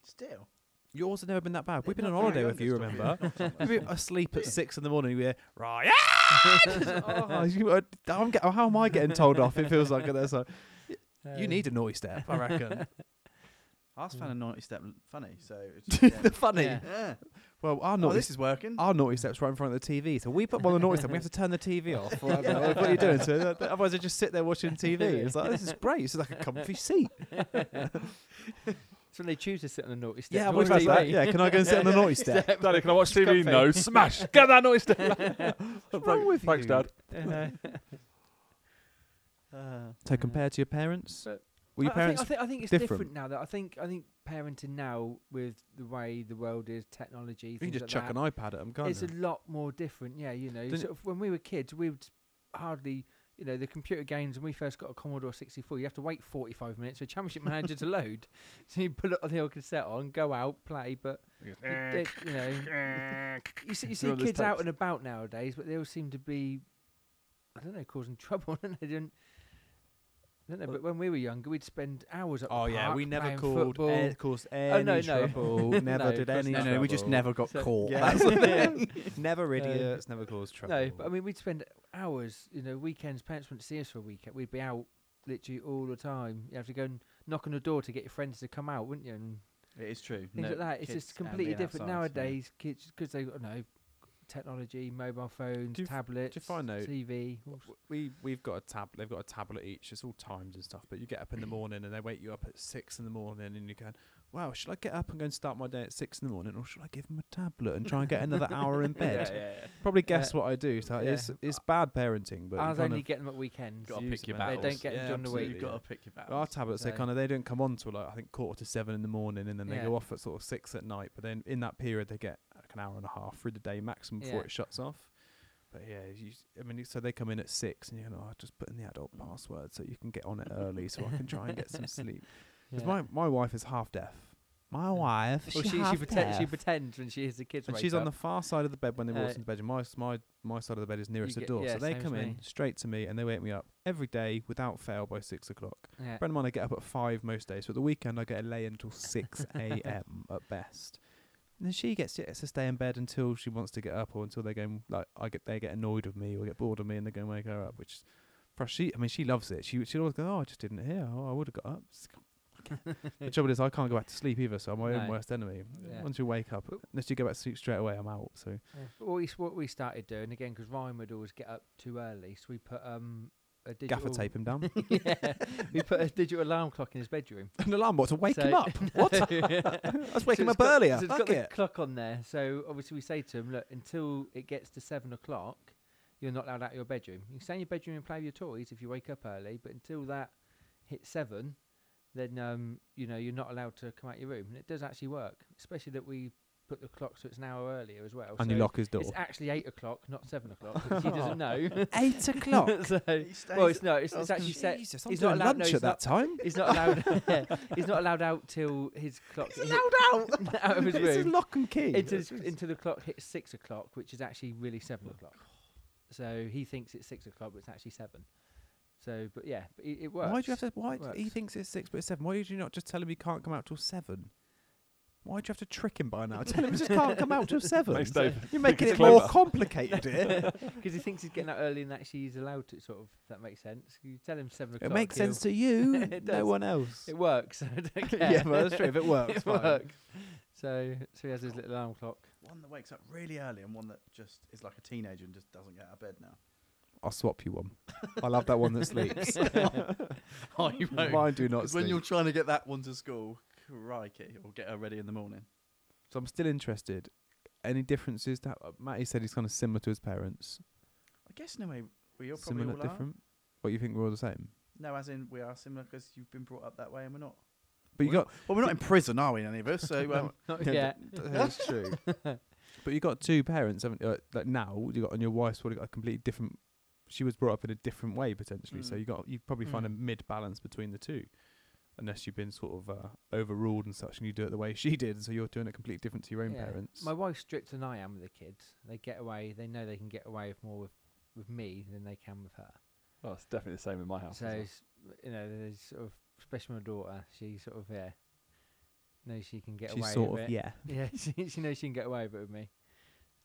Speaker 2: Still.
Speaker 1: Yours have never been that bad. We've been
Speaker 2: Not
Speaker 1: on
Speaker 2: very
Speaker 1: holiday
Speaker 2: good
Speaker 1: with you,
Speaker 2: this time.
Speaker 1: remember? We've been asleep at
Speaker 2: Yeah.
Speaker 1: six in the morning. We're right. oh, you, uh, I'm get, how am I getting told off? It feels like that's like, you
Speaker 4: uh,
Speaker 1: need a naughty step, I reckon.
Speaker 2: I just
Speaker 4: Mm.
Speaker 2: found a naughty step l- funny, so. It's just, yeah.
Speaker 1: Funny.
Speaker 4: Yeah.
Speaker 2: yeah.
Speaker 1: Well, our
Speaker 2: Oh,
Speaker 1: naughty,
Speaker 2: this is working.
Speaker 1: our naughty step's right in front of the TV, so we put one on the naughty step. We have to turn the TV off. Or whatever. Like, what are you doing? So that- that- otherwise, they just sit there watching TV. It's like this is great. It's like a comfy seat.
Speaker 4: It's when they choose to sit on the naughty step.
Speaker 1: Yeah, I
Speaker 4: or
Speaker 1: wish I was
Speaker 4: TV.
Speaker 1: that. Yeah, can I go and sit on the naughty step?
Speaker 3: Daddy, can I watch TV? No, smash. Get that noise down. What's
Speaker 1: wrong with
Speaker 3: Thanks,
Speaker 1: you?
Speaker 3: Dad.
Speaker 4: Uh,
Speaker 1: So compared to your parents,
Speaker 4: Mm. But-
Speaker 1: were your
Speaker 4: I-
Speaker 1: parents
Speaker 4: I think, I think, I think it's
Speaker 1: different?
Speaker 4: different, now. That I think I think parenting now with the way the world is, technology,
Speaker 1: You can
Speaker 4: things
Speaker 1: just
Speaker 4: like
Speaker 1: chuck
Speaker 4: that,
Speaker 1: an iPad at them, can't
Speaker 4: it's
Speaker 1: you?
Speaker 4: a lot more different. Yeah, you know,
Speaker 1: Didn't-
Speaker 4: sort of when we were kids, we would hardly, you know, the computer games. When we first got a Commodore 64, you have to wait 45 minutes for Championship Manager to load. So you put it on the old cassette on, go out, play. But you, did- you know, you see, you see
Speaker 3: all those
Speaker 4: kids out
Speaker 3: types.
Speaker 4: and about nowadays, but they all seem to be, I don't know, causing trouble. And they didn't. I don't know, but when we were younger, we'd spend hours at the
Speaker 1: Oh yeah,
Speaker 4: park
Speaker 1: we never
Speaker 4: playing
Speaker 1: called,
Speaker 4: football. Oh,
Speaker 1: uh, caused any
Speaker 4: no, no.
Speaker 1: trouble. Never
Speaker 4: No,
Speaker 1: did
Speaker 4: of course
Speaker 1: any.
Speaker 2: no, no, we just
Speaker 1: trouble.
Speaker 2: never got
Speaker 4: So-
Speaker 2: caught.
Speaker 1: Yeah.
Speaker 2: That's the
Speaker 1: Yeah.
Speaker 2: thing.
Speaker 1: never
Speaker 4: Uh,
Speaker 1: idiots. never caused trouble.
Speaker 4: No, but I mean, we'd spend hours, you know, weekends. Parents wouldn't see us for a weekend. We'd be out literally all the time. You have to go and knock on the door to get your friends to come out, wouldn't you? And
Speaker 2: It is true.
Speaker 4: things
Speaker 2: No,
Speaker 4: like that. It's
Speaker 2: kids
Speaker 4: just
Speaker 2: and being
Speaker 4: completely different
Speaker 2: outside, yeah.
Speaker 4: nowadays. Kids, because they got no technology, mobile phones,
Speaker 1: Do you f- do you
Speaker 4: tablets,
Speaker 1: find though-
Speaker 4: TV. all s-
Speaker 1: W- we we've got a tab. They've got a tablet each. It's all times and stuff. But you get up in the morning and they wake you up at six in the morning and you go, wow, should I get up and go and start my day at six in the morning, or should I give him a tablet and try and get another hour in bed? Probably guess what I do. So
Speaker 4: yeah.
Speaker 1: it's it's bad parenting, but you
Speaker 4: Ours
Speaker 1: kind
Speaker 4: only
Speaker 1: of-
Speaker 4: get them at weekends.
Speaker 1: Gotta
Speaker 4: Use
Speaker 1: pick your
Speaker 4: them. They
Speaker 1: battles.
Speaker 4: don't get
Speaker 1: Yeah,
Speaker 4: them during the
Speaker 1: absolutely.
Speaker 4: week.
Speaker 2: You've got to pick your
Speaker 1: our
Speaker 2: battles.
Speaker 1: tablets they
Speaker 4: so-
Speaker 1: kind of they don't come on till like I think quarter to seven in the morning, and then they
Speaker 4: Yeah.
Speaker 1: go off at sort of six at night. But then in that period they get like an hour and a half through the day maximum before
Speaker 4: Yeah.
Speaker 1: it shuts off. But yeah, you, I mean, so they come in at six, and you know, I just put in the adult password so you can get on it early, so I can try and get some sleep. Because
Speaker 4: Yeah.
Speaker 1: my my wife is half deaf. My wife,
Speaker 4: Well,
Speaker 1: is
Speaker 4: she, she,
Speaker 1: half
Speaker 4: pretend, she
Speaker 1: deaf.
Speaker 4: pretends when she hears the kids.
Speaker 1: and
Speaker 4: wake
Speaker 1: she's on the
Speaker 4: up.
Speaker 1: far side of the bed when they walk
Speaker 4: Uh,
Speaker 1: into the bedroom. My, s- my my side of the bed is nearest the
Speaker 4: get-
Speaker 1: door,
Speaker 4: yeah,
Speaker 1: so they
Speaker 4: same as
Speaker 1: come in
Speaker 4: me.
Speaker 1: straight to me and they wake me up every day without fail by six o'clock.
Speaker 4: Yeah.
Speaker 1: Friend of mine, I get up at five most days, but at the weekend I get a lay in until six a.m. at best. And then she gets to, gets to stay in bed until she wants to get up, or until they go like I get they get annoyed with me or get bored of me, and they go and wake her up. Which, for she, I mean, she loves it. She she always go, oh, I just didn't hear. Oh, I would have got up. It's like, the trouble is, I can't go back to sleep either, so I'm my own
Speaker 4: No.
Speaker 1: worst enemy.
Speaker 4: Yeah.
Speaker 1: Once you wake up,
Speaker 4: But-
Speaker 1: unless you go back to sleep straight away, I'm out. So
Speaker 4: Yeah. But what we s- what we started doing again because Ryan would always get up too early, so we put um a digital
Speaker 1: gaffer tape him down.
Speaker 4: yeah, we put a digital alarm clock in his bedroom.
Speaker 1: An alarm bot to wake him
Speaker 4: So-
Speaker 1: up. What? Let's wake
Speaker 4: So
Speaker 1: him
Speaker 4: it's
Speaker 1: up
Speaker 4: got-
Speaker 1: earlier.
Speaker 4: So it's
Speaker 1: Fuck
Speaker 4: got the
Speaker 1: it.
Speaker 4: clock on there. So obviously we say to him, look, until it gets to seven o'clock, you're not allowed out of your bedroom. You can stay in your bedroom and play with your toys if you wake up early, but until that hits seven, then um, you know you're not allowed to come out your room. And it does actually work, especially that we put the clock so it's an hour earlier as well.
Speaker 1: And
Speaker 4: so
Speaker 1: you lock his door.
Speaker 4: It's actually eight o'clock, not seven o'clock. 'cause he doesn't know.
Speaker 1: Eight o'clock.
Speaker 4: so,
Speaker 2: He stays
Speaker 4: well, it's no, it's,
Speaker 2: I was
Speaker 4: it's actually set.
Speaker 1: Oh, Jesus,
Speaker 4: he's not allowed. No, he's not,
Speaker 1: time.
Speaker 4: he's not allowed. he's not allowed out till his clock. hit-
Speaker 1: allowed
Speaker 4: out of his
Speaker 1: This is
Speaker 4: room.
Speaker 1: lock and key.
Speaker 4: into, this- into the clock hits six o'clock, which is actually really seven
Speaker 1: Oh
Speaker 4: o'clock. So he thinks it's six o'clock, but it's actually seven. So, but yeah, but it, it works.
Speaker 1: why do you have to? Why d- he
Speaker 4: Works.
Speaker 1: thinks it's six, but it's seven. Why did you not just tell him he can't come out till seven? Why do you have to trick him by now? Tell him he just can't come out till seven.
Speaker 3: Makes Dave
Speaker 1: You're making
Speaker 3: it's
Speaker 1: it more
Speaker 3: clever.
Speaker 1: complicated here.
Speaker 4: Because he thinks he's getting out early, and actually he's allowed to. Sort of, if that makes sense. You tell him seven o'clock.
Speaker 1: It makes
Speaker 4: he'll-
Speaker 1: sense to you,
Speaker 4: It
Speaker 1: no
Speaker 4: does.
Speaker 1: one else.
Speaker 4: It works. I don't care.
Speaker 1: yeah, well, that's true. If it works,
Speaker 4: it
Speaker 1: fine.
Speaker 4: works. So, so he has his little alarm clock.
Speaker 2: one that wakes up really early and one that just is like a teenager and just doesn't get out of bed now.
Speaker 1: I'll swap you one. I love that one that sleeps.
Speaker 2: I
Speaker 1: Mine do not
Speaker 2: Because when
Speaker 1: sleep.
Speaker 2: you're trying to get that one to school, crikey, or get her ready in the morning.
Speaker 1: So I'm still interested. Any differences? That uh, Matty said he's kind of similar to his parents.
Speaker 2: I guess in a way we are probably
Speaker 1: similar,
Speaker 2: all different.
Speaker 1: different. What you think we're all the same?
Speaker 2: No, as in we are similar because you've been brought up that way and we're not.
Speaker 1: But you
Speaker 2: Well,
Speaker 1: got
Speaker 2: Well, we're not in prison, are we? Any of us? So um,
Speaker 4: Not
Speaker 1: Yeah,
Speaker 4: yet.
Speaker 1: that's true. but you got two parents, haven't you? Uh, like now, you got and your wife's sort of got a completely different. She was brought up in a different way potentially, so
Speaker 2: Mm.
Speaker 1: you got you probably find a
Speaker 4: Mm.
Speaker 1: mid balance between the two, unless you've been sort of uh, overruled and such, and you do it the way she did, so you're doing it completely different to your own
Speaker 4: Yeah.
Speaker 1: parents.
Speaker 4: My wife's strict than I am with the kids. They get away. They know they can get away with more with, with me than they can with her.
Speaker 3: Oh, it's definitely the same in my house.
Speaker 4: So
Speaker 3: as well.
Speaker 4: s- you know, there's sort of especially my daughter. She sort of yeah knows she can get
Speaker 1: She's
Speaker 4: away.
Speaker 1: sort
Speaker 4: with
Speaker 1: of
Speaker 4: it.
Speaker 1: yeah.
Speaker 4: yeah. she, she knows she can get away with it with me.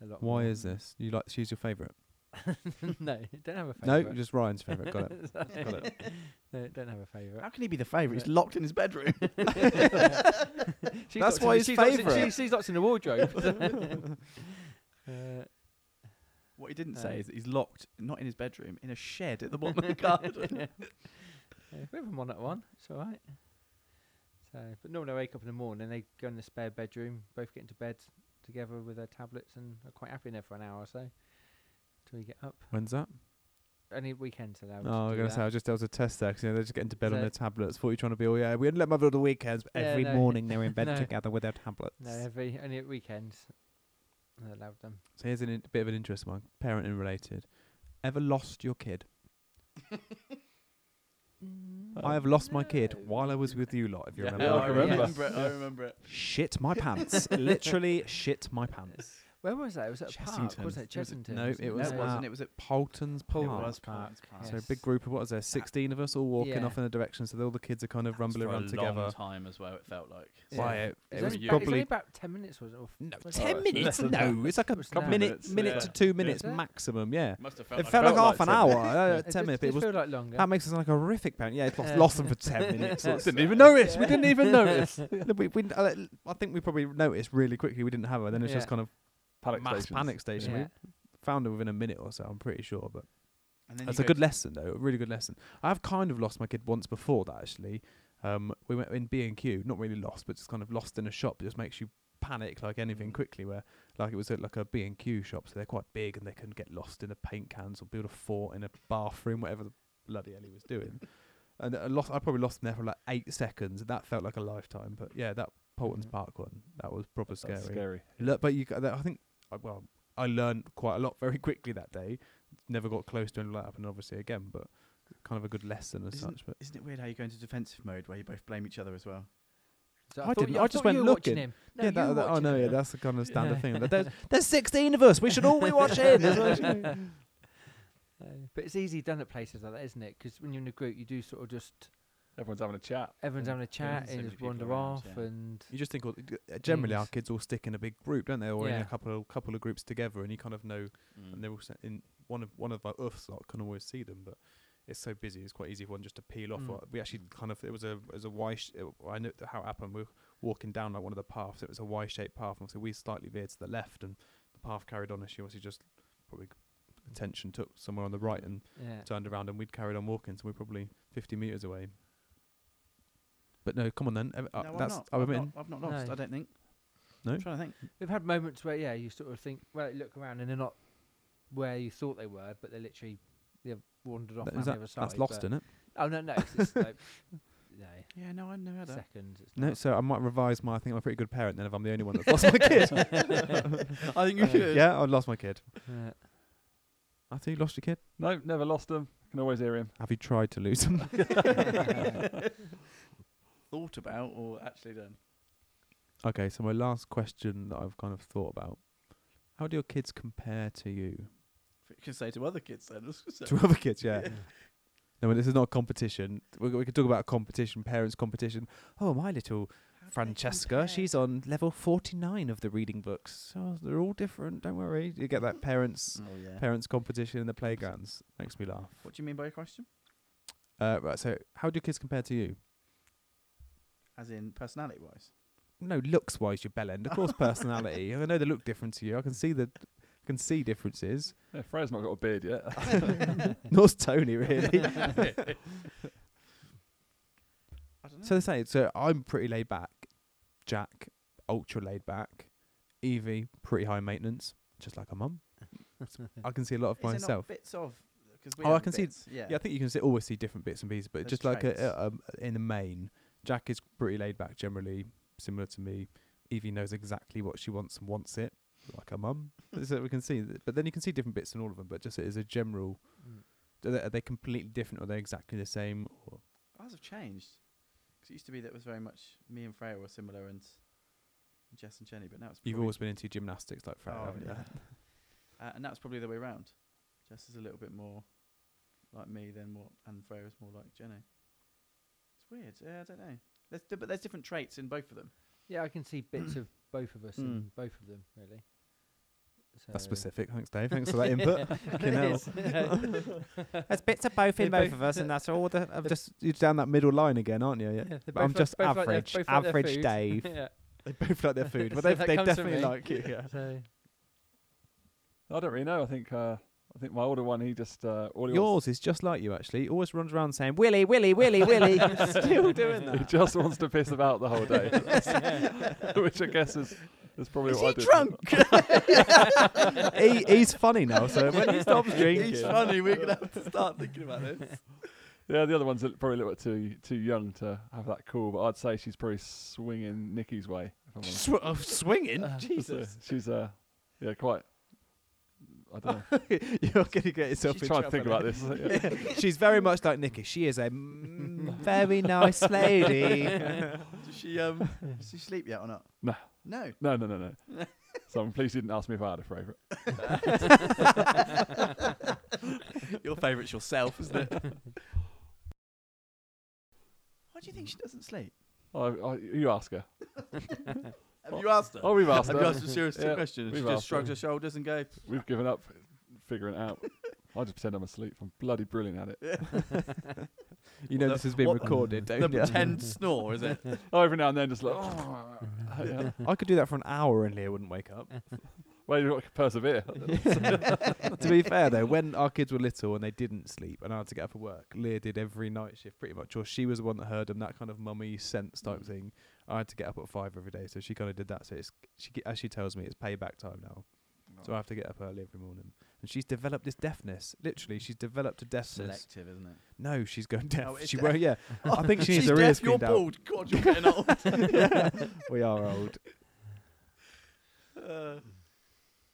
Speaker 4: A lot.
Speaker 1: Why
Speaker 4: more.
Speaker 1: is this? You like? She's your favourite?
Speaker 4: no, don't have a
Speaker 1: No,
Speaker 4: favorite.
Speaker 1: just Ryan's favourite. Got it. Got it.
Speaker 4: no, don't have a favorite.
Speaker 2: how can he be the favourite? He's locked in his bedroom.
Speaker 4: She's
Speaker 1: That's
Speaker 4: lots
Speaker 1: why
Speaker 4: in,
Speaker 1: his
Speaker 4: she's lots in-
Speaker 1: favourite.
Speaker 4: She's, she's lots in the wardrobe. Uh,
Speaker 2: what he didn't
Speaker 4: Uh,
Speaker 2: say is that he's locked, not in his bedroom, in a shed at the bottom of the garden.
Speaker 4: Yeah, we have them on at one. It's all right. So, but normally I wake up in the morning. They go in the spare bedroom. Both get into bed together with their tablets, and are quite happy in there for an hour or so. Till we get up.
Speaker 1: When's that?
Speaker 4: Only weekends allowed.
Speaker 1: No, Oh, I was
Speaker 4: to do
Speaker 1: gonna
Speaker 4: that.
Speaker 1: say I was just there was a test there 'cause you know, they're just getting to bed on
Speaker 4: So-
Speaker 1: their tablets. Thought you're trying to be all yeah. We only let them have it on the weekends, but
Speaker 4: Yeah,
Speaker 1: every
Speaker 4: no.
Speaker 1: morning they're in bed
Speaker 4: No.
Speaker 1: together with their tablets.
Speaker 4: No, every only at weekends. I allowed them.
Speaker 1: So here's an, in- bit of an interesting one, parenting related. Ever lost your kid?
Speaker 4: Oh.
Speaker 1: I have lost my kid while I was with you lot. If you
Speaker 3: Yeah,
Speaker 1: remember,
Speaker 3: Yeah, I
Speaker 2: I
Speaker 3: remember.
Speaker 2: remember it. I remember it.
Speaker 1: Shit my pants. Literally shit my pants.
Speaker 4: Where was that? Was that a park?
Speaker 1: Chessington.
Speaker 4: Was that
Speaker 1: It was a-
Speaker 4: Chessington?
Speaker 1: no,
Speaker 4: wasn't
Speaker 1: it was
Speaker 2: no, it
Speaker 1: at-
Speaker 2: wasn't. It was at
Speaker 1: Poulton's Park.
Speaker 4: Poulton. was
Speaker 2: Park.
Speaker 4: Park,
Speaker 2: Park.
Speaker 1: So a
Speaker 4: yes.
Speaker 1: big group of what is there? Sixteen of us all walking
Speaker 4: Yeah.
Speaker 1: off in a direction. So all the kids are kind of rumbling
Speaker 2: for a
Speaker 1: around together.
Speaker 2: Long time as well. It felt like.
Speaker 4: Yeah.
Speaker 1: Why it,
Speaker 4: It
Speaker 1: it was
Speaker 4: was, only about, it was only
Speaker 1: probably
Speaker 4: about ten minutes, was it? Or f-
Speaker 1: No,
Speaker 4: was it?
Speaker 1: ten
Speaker 3: Oh,
Speaker 1: minutes. No, it's like a
Speaker 4: It's
Speaker 1: minute,
Speaker 4: now.
Speaker 3: minutes,
Speaker 1: minute
Speaker 3: yeah.
Speaker 1: to two minutes
Speaker 4: Yeah.
Speaker 1: maximum. Yeah,
Speaker 2: Must have
Speaker 1: it felt like
Speaker 3: felt
Speaker 1: half
Speaker 3: like
Speaker 1: an
Speaker 3: 10
Speaker 1: hour. uh, ten
Speaker 4: It did-
Speaker 1: minutes.
Speaker 4: did
Speaker 1: It was,
Speaker 4: feel like longer.
Speaker 1: that makes us like a horrific parent. Yeah, it's lost,
Speaker 4: Yeah.
Speaker 1: lost them for ten minutes. It's-
Speaker 3: Didn't even notice. We
Speaker 4: Yeah.
Speaker 3: didn't even notice.
Speaker 1: No, we, we, uh, I think we probably noticed really quickly we didn't have her. Then it's
Speaker 4: Yeah.
Speaker 1: just kind of
Speaker 3: Panic
Speaker 1: mass
Speaker 3: stations.
Speaker 1: panic station.
Speaker 4: Yeah.
Speaker 1: We found her within a minute or so. I'm pretty sure, but
Speaker 2: And then you
Speaker 1: that's a
Speaker 2: go
Speaker 1: good lesson though. A really good lesson. I've kind of lost my kid once before that actually. Um, we went in B and Q, not really lost, but just kind of lost in a shop. It just makes you panic like anything quickly. Where like it was at like a B and Q shop, so they're quite big and they can get lost in the paint cans or build a fort in a bathroom, whatever the bloody Ellie was doing. and I lost, I probably lost in there for like eight seconds. That felt like a lifetime. But yeah, that Polton's
Speaker 3: Mhm.
Speaker 1: Park one, that was proper
Speaker 3: That's scary.
Speaker 1: Le- but you, g- that- I think, I- well, I learned quite a lot very quickly that day. Never got close to anything like that happening, obviously, again, but kind of a good lesson as
Speaker 2: Isn't-
Speaker 1: such. But
Speaker 2: Isn't it weird how you go into defensive mode where you both blame each other as well?
Speaker 4: So
Speaker 1: I
Speaker 4: thought
Speaker 1: didn't.
Speaker 4: you-
Speaker 1: I just
Speaker 4: thought
Speaker 1: went
Speaker 4: you were watching
Speaker 1: looking.
Speaker 4: Him. No, you were
Speaker 1: that, that, oh
Speaker 4: watching
Speaker 1: no,
Speaker 4: him.
Speaker 1: yeah, that's the kind of standard
Speaker 4: Yeah.
Speaker 1: thing. That There's, there's 16 of us. We should all be watching. There's actually-
Speaker 4: No, but it's easy done at places like that, isn't it? Because when you're in a group, you do sort of just
Speaker 3: Everyone's having a chat.
Speaker 4: everyone's
Speaker 3: Yeah.
Speaker 4: having a
Speaker 2: Yeah,
Speaker 4: chat
Speaker 2: so many
Speaker 4: and just
Speaker 2: people
Speaker 4: wander
Speaker 2: around,
Speaker 4: off
Speaker 2: yeah.
Speaker 4: and
Speaker 1: you just think all, generally our
Speaker 4: Things.
Speaker 1: kids all stick in a big group, don't they? Or in
Speaker 4: Yeah.
Speaker 1: a couple of couple of groups together, and you kind of know, and they're all set in one of one of our oofs lot can always see them, but. It's so busy. It's quite easy for one just to peel off.
Speaker 4: Mm.
Speaker 1: Or We actually kind of it was a it was a Y. Sh- it, I know how it happened. We were walking down like one of the paths. It was a Y-shaped path, and so we slightly veered to the left, and the path carried on. And she obviously just probably attention took somewhere on the right, and
Speaker 4: yeah.
Speaker 1: turned around and we'd carried on walking, so we're probably 50 metres away. But no, come on then. ev- Uh,
Speaker 2: no, I'm
Speaker 1: that's,
Speaker 2: not.
Speaker 1: I'm
Speaker 2: I've
Speaker 1: in.
Speaker 2: not. I've not lost.
Speaker 4: No.
Speaker 2: I don't think.
Speaker 1: No?
Speaker 2: I'm trying to think.
Speaker 4: We've had moments where yeah, you sort of think, well, you look around and they're not where you thought they were, but they're literally they've wandered off
Speaker 1: That-
Speaker 4: on
Speaker 1: is
Speaker 4: the
Speaker 1: that-
Speaker 4: other side.
Speaker 1: that's lost,
Speaker 4: but-
Speaker 1: isn't it?
Speaker 4: Oh no, no, it's just like no
Speaker 2: Yeah, no, I never had that.
Speaker 4: seconds. It's
Speaker 1: No,
Speaker 4: not.
Speaker 1: so I might revise my. I think I'm a pretty good parent then if I'm the only one that's lost my kid.
Speaker 2: I think you should.
Speaker 1: yeah, I lost my kid.
Speaker 4: Yeah.
Speaker 1: I think you lost your kid.
Speaker 3: No, never lost him. Can always hear him.
Speaker 1: Have you tried to lose him?
Speaker 2: Thought about or actually done.
Speaker 1: okay, so my last question that I've kind of thought about. How do your kids compare to you?
Speaker 2: If You can say to other kids then. let's just say-
Speaker 1: To other kids, yeah.
Speaker 4: Yeah.
Speaker 1: No, this is not a competition. We, we could talk about a competition, parents' competition. Oh, my little
Speaker 2: How do they compare?
Speaker 1: Francesca, she's on level 49 of the reading books. Oh, they're all different, don't worry. You get that parents
Speaker 2: Oh yeah.
Speaker 1: parents competition in the playgrounds. Makes me laugh.
Speaker 2: What do you mean by your question?
Speaker 1: Uh, right, so how do kids compare to you?
Speaker 2: As in personality wise.
Speaker 1: No, looks wise, you're bellend. Of course, personality. I know they look different to you. I can see the I can see differences.
Speaker 3: Yeah, Freya's not got a beard yet.
Speaker 1: Nor's Tony, really.
Speaker 2: I don't know.
Speaker 1: so they say, so I'm pretty laid back. Jack, ultra laid back. Evie, pretty high maintenance, just like her mum. I can see a lot of
Speaker 2: Is there not
Speaker 1: myself.
Speaker 2: bits of. 'cause we
Speaker 1: Oh, I
Speaker 2: have
Speaker 1: can see-
Speaker 2: bits, Yeah.
Speaker 1: Yeah, I think you can see, always see different bits and pieces, but
Speaker 2: Those
Speaker 1: just like
Speaker 2: traits.
Speaker 1: a, um, in the main, Jack is pretty laid back generally, similar to me. Evie knows exactly what she wants and wants it, like her mum. so we can see, th- but then you can see different bits in all of them. But just as a general,
Speaker 4: Mm.
Speaker 1: are they, are they completely different? Or are they exactly the same? Or
Speaker 2: Ours have changed. 'Cause it used to be that it was very much me and Freya were similar and Jess and Jenny, but now it's.
Speaker 1: you've
Speaker 2: probably-
Speaker 1: always been into gymnastics, like Fred,
Speaker 2: Oh,
Speaker 1: haven't you?
Speaker 2: yeah. Uh, and that's probably the way round. Jess is a little bit more like me than what, and Freya is more like Jenny. It's weird. Yeah, I don't know. There's, di- but there's different traits in both of them.
Speaker 4: yeah, I can see bits of both of us
Speaker 2: Mm.
Speaker 4: and both of them really.
Speaker 1: That's
Speaker 4: So-
Speaker 1: specific. Thanks, Dave. Thanks for that input. Fucking hell. There's bits of both in
Speaker 4: They're
Speaker 1: both
Speaker 4: both-
Speaker 1: of us, and
Speaker 4: they're-
Speaker 1: that's all. The, I've just you're down that middle line again, aren't you? Yeah.
Speaker 4: Yeah, they
Speaker 1: But I'm
Speaker 4: both like-
Speaker 1: just
Speaker 4: both like their-
Speaker 1: average,
Speaker 4: both like their
Speaker 1: average
Speaker 4: food.
Speaker 1: Dave.
Speaker 4: yeah.
Speaker 1: They both like their food, but
Speaker 4: So
Speaker 1: they
Speaker 4: that
Speaker 1: they
Speaker 4: comes from
Speaker 1: definitely
Speaker 4: me.
Speaker 1: like you. Yeah.
Speaker 4: So
Speaker 3: I don't really know. I think uh, I think my older one, he just uh, all he wants-
Speaker 1: Yours is just like you, actually. He always runs around saying, Willy, Willy, Willy, Willy. Still doing
Speaker 3: he
Speaker 1: that.
Speaker 3: just wants to piss about the whole day, which I guess is is probably
Speaker 2: Is
Speaker 3: what I
Speaker 2: he
Speaker 3: did.
Speaker 2: drunk?
Speaker 1: he, he's funny now, so when he stops drinking.
Speaker 2: He's funny. We're gonna have to start thinking about this.
Speaker 3: Yeah, the other one's a- probably a little bit too too young to have that cool, but I'd say she's probably swinging Nikki's way. If I'm honest.
Speaker 1: Sw- oh, swinging?
Speaker 3: That's, uh,
Speaker 1: Jesus.
Speaker 3: she's uh, yeah, quite. I don't know.
Speaker 1: You're going to get yourself
Speaker 3: She's
Speaker 1: in
Speaker 3: trying to think
Speaker 1: trouble
Speaker 3: about this. isn't it?
Speaker 1: now. She's very much like Nikki. She is a mm, very nice lady.
Speaker 2: Does she um? Does she sleep yet or not?
Speaker 3: No.
Speaker 2: No.
Speaker 3: No, no, no, no. Someone please didn't ask me if I had a favourite.
Speaker 2: Your favourite's yourself, isn't it? Why do you think she doesn't sleep?
Speaker 3: I, I, you ask her.
Speaker 2: Have you asked her?
Speaker 3: Oh, we've asked
Speaker 2: Have you
Speaker 3: her.
Speaker 2: asked a serious
Speaker 3: Yeah,
Speaker 2: question? She
Speaker 3: we've
Speaker 2: just
Speaker 3: asked
Speaker 2: shrugs
Speaker 3: her.
Speaker 2: her shoulders and goes,
Speaker 3: We've given up figuring it out. I just pretend I'm asleep. I'm bloody brilliant at it.
Speaker 1: You know
Speaker 2: What
Speaker 1: this has been
Speaker 2: what-
Speaker 1: recorded,
Speaker 2: the
Speaker 1: don't you?
Speaker 2: pretend snore, is it?
Speaker 3: Oh, every now and then, just like. yeah.
Speaker 1: I could do that for an hour and Leah wouldn't wake up.
Speaker 3: Well, you've got to persevere.
Speaker 1: to be fair though, when our kids were little and they didn't sleep and I had to get up for work, Leah did every night shift pretty much, or she was the one that heard them, that kind of mummy sense
Speaker 2: Mm.
Speaker 1: type thing. I had to get up at five every day, so she kind of did that. So it's she, as she tells me, it's payback time now. So I have to get up early every morning, and she's developed this deafness. Literally, she's developed a deafness.
Speaker 2: Selective, isn't it?
Speaker 1: No, she's going deaf.
Speaker 2: Oh, it's
Speaker 1: she
Speaker 2: deaf.
Speaker 1: won't. Yeah, I think she needs
Speaker 2: She's
Speaker 1: her ears
Speaker 2: deaf, You're
Speaker 1: cleaned out.
Speaker 2: bald. God, you're getting old.
Speaker 1: we are old.
Speaker 2: Uh,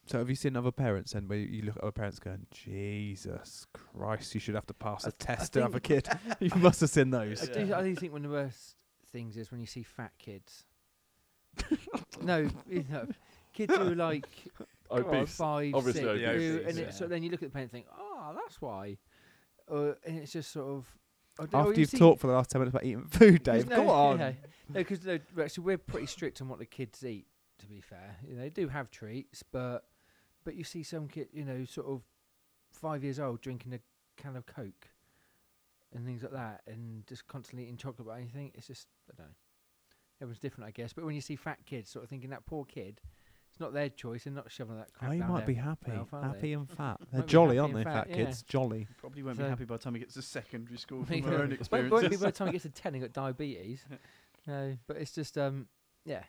Speaker 1: So have you seen other parents then where you look at other parents going, Jesus Christ, you should have to pass a test to have a kid. you must have seen
Speaker 4: I
Speaker 1: those.
Speaker 4: do, I do think one of the worst things is when you see fat kids. no, you know, kids who are like God,
Speaker 3: Obese.
Speaker 4: five,
Speaker 3: Obviously
Speaker 4: six,
Speaker 3: obese,
Speaker 4: who- and
Speaker 2: yeah.
Speaker 4: it, so then you look at the parent and think, oh, that's why. Uh, and it's just sort of. I don't- or
Speaker 1: After
Speaker 4: you
Speaker 1: you've
Speaker 4: see-
Speaker 1: talked for the last 10 minutes about eating food, Dave,
Speaker 4: no,
Speaker 1: come on.
Speaker 4: No, because no, we're actually we're pretty strict on what the kids eat. To be fair, you know, they do have treats, but but you see some kid, you know, sort of five years old drinking a can of Coke and things like that, and just constantly eating chocolate or anything. It's just I don't know. Everyone's different, I guess. But when you see fat kids, sort of thinking that poor kid, it's not their choice, and not shoving that crap
Speaker 1: Oh, you
Speaker 4: down
Speaker 1: might be
Speaker 4: their
Speaker 1: happy.
Speaker 4: mouth, aren't
Speaker 1: happy
Speaker 4: they?
Speaker 1: and fat. They're
Speaker 4: Might be
Speaker 1: jolly,
Speaker 4: happy
Speaker 1: aren't
Speaker 4: and
Speaker 1: they,
Speaker 4: fat,
Speaker 1: fat,
Speaker 4: yeah.
Speaker 1: kids? Jolly.
Speaker 2: Probably won't
Speaker 4: So-
Speaker 2: be happy by the time he gets to secondary school
Speaker 4: Me
Speaker 2: from our own
Speaker 4: neither. But it won't be
Speaker 2: experiences.
Speaker 4: by the time he gets to ten and got diabetes. no, but it's just um, yeah.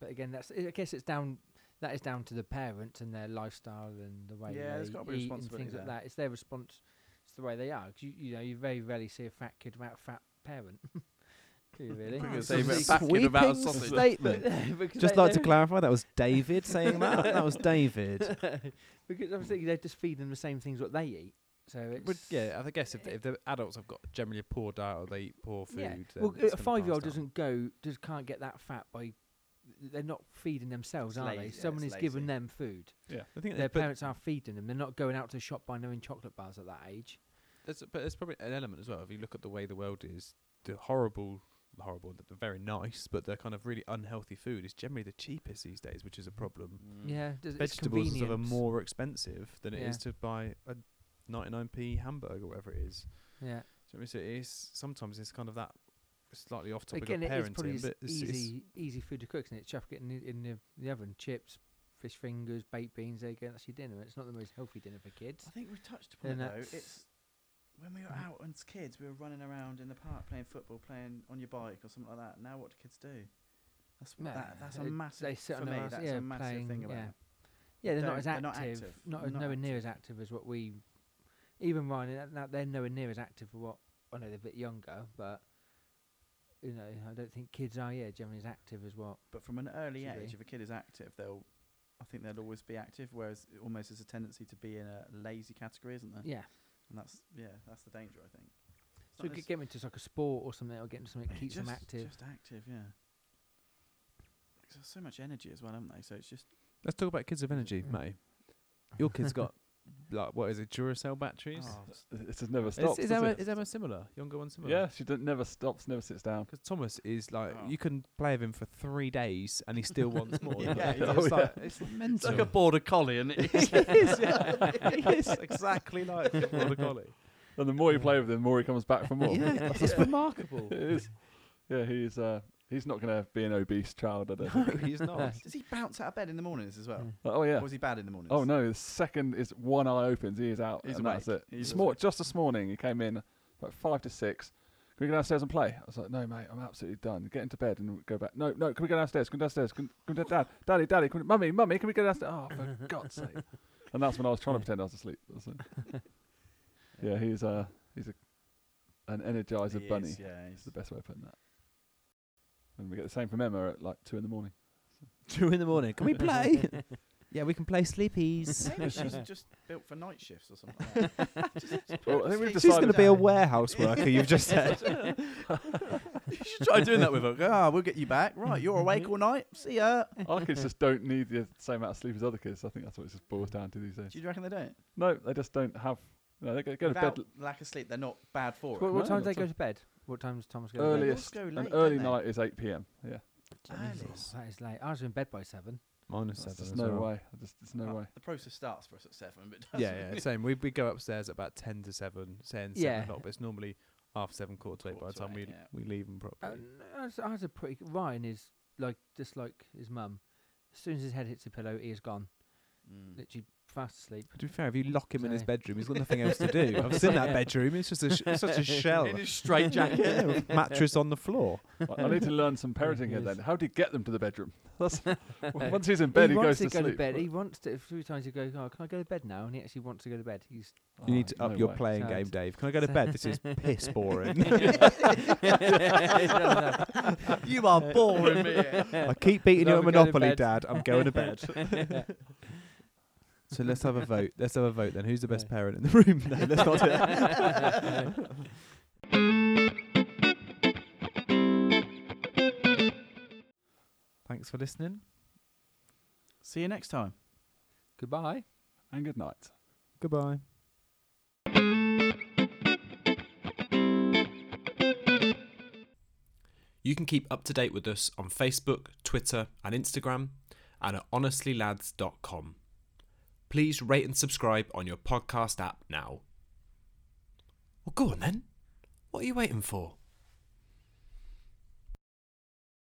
Speaker 4: But again, that's I guess it's down that is down to the parents and their lifestyle and the way
Speaker 2: Yeah,
Speaker 4: they
Speaker 2: there's gotta be a
Speaker 4: eat and
Speaker 2: responsibility
Speaker 4: things like
Speaker 2: there.
Speaker 4: that. It's their response. It's the way they are. 'Cause you, you know, you very rarely see a fat kid without a fat parent. Do you really?
Speaker 2: We're gonna
Speaker 1: say
Speaker 4: Because
Speaker 1: about
Speaker 4: they-
Speaker 1: fat kid without a sausage.
Speaker 4: because
Speaker 1: Just
Speaker 4: they-
Speaker 1: like to
Speaker 4: they-
Speaker 1: clarify, that was David saying that. That was David.
Speaker 4: because obviously they're just feeding them the same things what they eat. So it's
Speaker 1: But yeah, I guess if, if the adults have got generally poor diet or they eat poor food,
Speaker 4: Yeah.
Speaker 1: then
Speaker 4: Well,
Speaker 1: it's
Speaker 4: a
Speaker 1: gonna
Speaker 4: five-year-old
Speaker 1: pass down.
Speaker 4: doesn't go, just can't get that fat by. They're not feeding themselves,
Speaker 2: It's
Speaker 4: are
Speaker 2: lazy,
Speaker 4: they?
Speaker 2: yeah, it's
Speaker 4: Someone is giving
Speaker 2: lazy.
Speaker 4: them food.
Speaker 1: I think
Speaker 4: Their
Speaker 1: but-
Speaker 4: parents are feeding them. They're not going out to the shop buying their own chocolate bars at that age.
Speaker 1: There's, but there's probably an element as well. If you look at the way the world is, the horrible, horrible, the very nice, but the kind of really unhealthy food is generally the cheapest these days, which is a problem.
Speaker 4: Yeah, does- it's
Speaker 1: Mm. Vegetables and stuff are
Speaker 4: convenience.
Speaker 1: more expensive than it is to
Speaker 4: Yeah.
Speaker 1: buy a 99p hamburger or whatever it is. Do
Speaker 4: Yeah,
Speaker 1: you know what I mean? So it's sometimes it's kind of that slightly off topic
Speaker 4: again,
Speaker 1: of
Speaker 4: it
Speaker 1: parenting,
Speaker 4: is probably s-
Speaker 1: but it's, it's-
Speaker 4: easy, easy food to cook, isn't it? Chuck it in the, in the, the oven, chips, fish fingers, baked beans. There you go. That's your dinner. It's not the most healthy dinner for kids.
Speaker 2: I think we touched upon
Speaker 4: And
Speaker 2: it though.
Speaker 4: that's-
Speaker 2: It's when we were out as kids, we were running around in the park playing football, playing on your bike or something like that. Now what do kids do? That's
Speaker 4: No,
Speaker 2: that, that's a
Speaker 4: they-
Speaker 2: massive
Speaker 4: they sit
Speaker 2: for
Speaker 4: on
Speaker 2: me.
Speaker 4: their ass,
Speaker 2: that's
Speaker 4: yeah,
Speaker 2: a massive
Speaker 4: playing,
Speaker 2: thing about
Speaker 4: yeah.
Speaker 2: it.
Speaker 4: Yeah, they're
Speaker 2: They
Speaker 4: not as
Speaker 2: don't-
Speaker 4: active.
Speaker 2: they're not
Speaker 4: Not,
Speaker 2: active.
Speaker 4: as-
Speaker 2: Not
Speaker 4: nowhere near as active as what we. Even Ryan, and that- that they're nowhere near as active for what. I know they're a bit younger, but you know, I don't think kids are. Yeah, generally as active as what.
Speaker 2: But from an early
Speaker 4: Should
Speaker 2: age,
Speaker 4: be.
Speaker 2: if a kid is active, they'll I think they'll always be active. Whereas it almost there's a tendency to be in a lazy category, isn't there?
Speaker 4: Yeah.
Speaker 2: And that's yeah, that's the danger I think. It's
Speaker 4: So
Speaker 2: not
Speaker 4: get, get them into like a sport or something, or get into something that
Speaker 2: Yeah,
Speaker 4: keeps them
Speaker 2: just-
Speaker 4: active.
Speaker 2: Just active, yeah. 'Cause there's so much energy as well, haven't they? So it's just
Speaker 1: let's talk about kids of energy,
Speaker 4: Mm.
Speaker 1: Matty. Your kid's got like what is it, Duracell batteries?
Speaker 2: oh,
Speaker 3: It has never stopped.
Speaker 1: is, is
Speaker 3: does
Speaker 1: Emma
Speaker 3: it?
Speaker 1: is Emma similar? Younger one similar?
Speaker 3: Yeah, she d- never stops, never sits down.
Speaker 1: Because Thomas is like,
Speaker 2: Oh.
Speaker 1: you can play with him for three days and he still wants more.
Speaker 2: Yeah,
Speaker 1: Like,
Speaker 2: he
Speaker 1: it's,
Speaker 2: does,
Speaker 1: like, it's mental.
Speaker 2: border collie, and
Speaker 1: Oh, is, yeah. He is exactly like a border collie.
Speaker 3: And the more you play with him, the more he comes back for more.
Speaker 1: Yeah, it's remarkable.
Speaker 3: It is. Yeah, he's uh, he's not going to be an obese child. I don't
Speaker 1: No,
Speaker 3: think.
Speaker 1: he's not.
Speaker 2: Does he bounce out of bed in the mornings as well?
Speaker 3: Oh yeah.
Speaker 2: Or is he bad in the mornings?
Speaker 3: Oh no, the second is one eye opens, he is out,
Speaker 2: He's
Speaker 3: and that's
Speaker 2: awake.
Speaker 3: it.
Speaker 2: He's
Speaker 3: this mor-
Speaker 2: awake.
Speaker 3: just this morning, he came in about five to six. Can we go downstairs and play? I was like, no, mate, I'm absolutely done. Get into bed and go back. No, no, can we go downstairs? Can we go downstairs? Can, can we, dad, daddy, daddy, can we, mummy, mummy, can we go downstairs? Oh, for God's sake! And that's when I was trying to pretend I was asleep. That's it. yeah, he's uh, he's a, an
Speaker 2: He
Speaker 3: energizer
Speaker 2: is,
Speaker 3: bunny. It's
Speaker 2: yeah, he's
Speaker 3: the best way of putting that. And we get the same from Emma at like two in the morning.
Speaker 1: Two in the morning. Can we play? yeah, we can play sleepies.
Speaker 2: Maybe she's just built for night shifts or something. Like that.
Speaker 3: Well, I think we've
Speaker 2: She's
Speaker 1: She's
Speaker 3: decided.
Speaker 1: going to be a warehouse worker, you've just said.
Speaker 2: you should try doing that with her. Go, Ah, we'll get you back. Right, you're awake all night. See ya.
Speaker 3: Our kids just don't need the same amount of sleep as other kids. I think that's what it just boils down to these days.
Speaker 2: Do you reckon they don't?
Speaker 3: No, they just don't have. No, they go, go to
Speaker 2: Without
Speaker 3: bed.
Speaker 2: lack of sleep, they're not bad for it.
Speaker 3: Well,
Speaker 4: What, what
Speaker 3: No,
Speaker 4: time
Speaker 3: not
Speaker 4: do they go
Speaker 3: so-
Speaker 4: to bed? What time's Thomas go to bed?
Speaker 3: Earliest.
Speaker 2: go
Speaker 3: an
Speaker 2: late,
Speaker 3: early
Speaker 2: don't they?
Speaker 3: night is 8 p.m. Yeah,
Speaker 2: Early.
Speaker 4: Jesus, that is late. I was in bed by seven.
Speaker 1: Minus
Speaker 3: That's just no way. I just, there's no
Speaker 2: Uh,
Speaker 3: way.
Speaker 2: The process starts for us at seven, but it doesn't
Speaker 1: Yeah, yeah, same. We we go upstairs at about ten to seven, saying seven
Speaker 4: Yeah.
Speaker 1: o'clock, but it's normally half seven, quarter to eight by the
Speaker 2: Quarter to
Speaker 1: time we
Speaker 2: eight, yeah.
Speaker 1: we leave them
Speaker 4: Uh,
Speaker 1: properly.
Speaker 4: n- I was- I was a pretty. Ryan is like just like his mum. As soon as his head hits the pillow, he is gone.
Speaker 2: Mm.
Speaker 4: literally fast asleep.
Speaker 1: To be fair, if you lock him in his
Speaker 4: So-
Speaker 1: bedroom, he's got nothing else to do. I've seen that
Speaker 4: Yeah.
Speaker 1: bedroom. It's just a sh- it's such a shell.
Speaker 2: In his straight jacket.
Speaker 1: Yeah, with mattress on the floor.
Speaker 3: I I need to learn some parenting here
Speaker 4: Yes.
Speaker 3: then. How do you get them to the bedroom? That's, once he's in bed,
Speaker 4: he,
Speaker 3: he,
Speaker 4: wants
Speaker 3: goes
Speaker 4: to
Speaker 3: to
Speaker 4: go
Speaker 3: sleep.
Speaker 4: to bed. He wants to. A few times he goes, "Oh, can I go to bed now?" And he actually wants to go to bed. He's
Speaker 1: You need to
Speaker 3: Oh,
Speaker 1: up
Speaker 3: no
Speaker 1: your
Speaker 3: way.
Speaker 1: playing
Speaker 4: So-
Speaker 1: game, Dave. Can I go to bed? This is piss boring.
Speaker 2: you are boring me.
Speaker 1: I keep beating you
Speaker 4: Love
Speaker 1: at
Speaker 4: to go to
Speaker 1: Monopoly,
Speaker 4: bed.
Speaker 1: Dad. I'm going to bed. so let's have a vote. Let's have a vote then. Who's the best
Speaker 4: No.
Speaker 1: parent in the room? No, let's not do that.
Speaker 4: That's
Speaker 1: Thanks for listening.
Speaker 2: See you next time.
Speaker 4: Goodbye.
Speaker 3: And good night.
Speaker 1: Goodbye.
Speaker 5: You can keep up to date with us on Facebook, Twitter, and Instagram, and at honestlylads.com. Please rate and subscribe on your podcast app now. Well, go on then. What are you waiting for?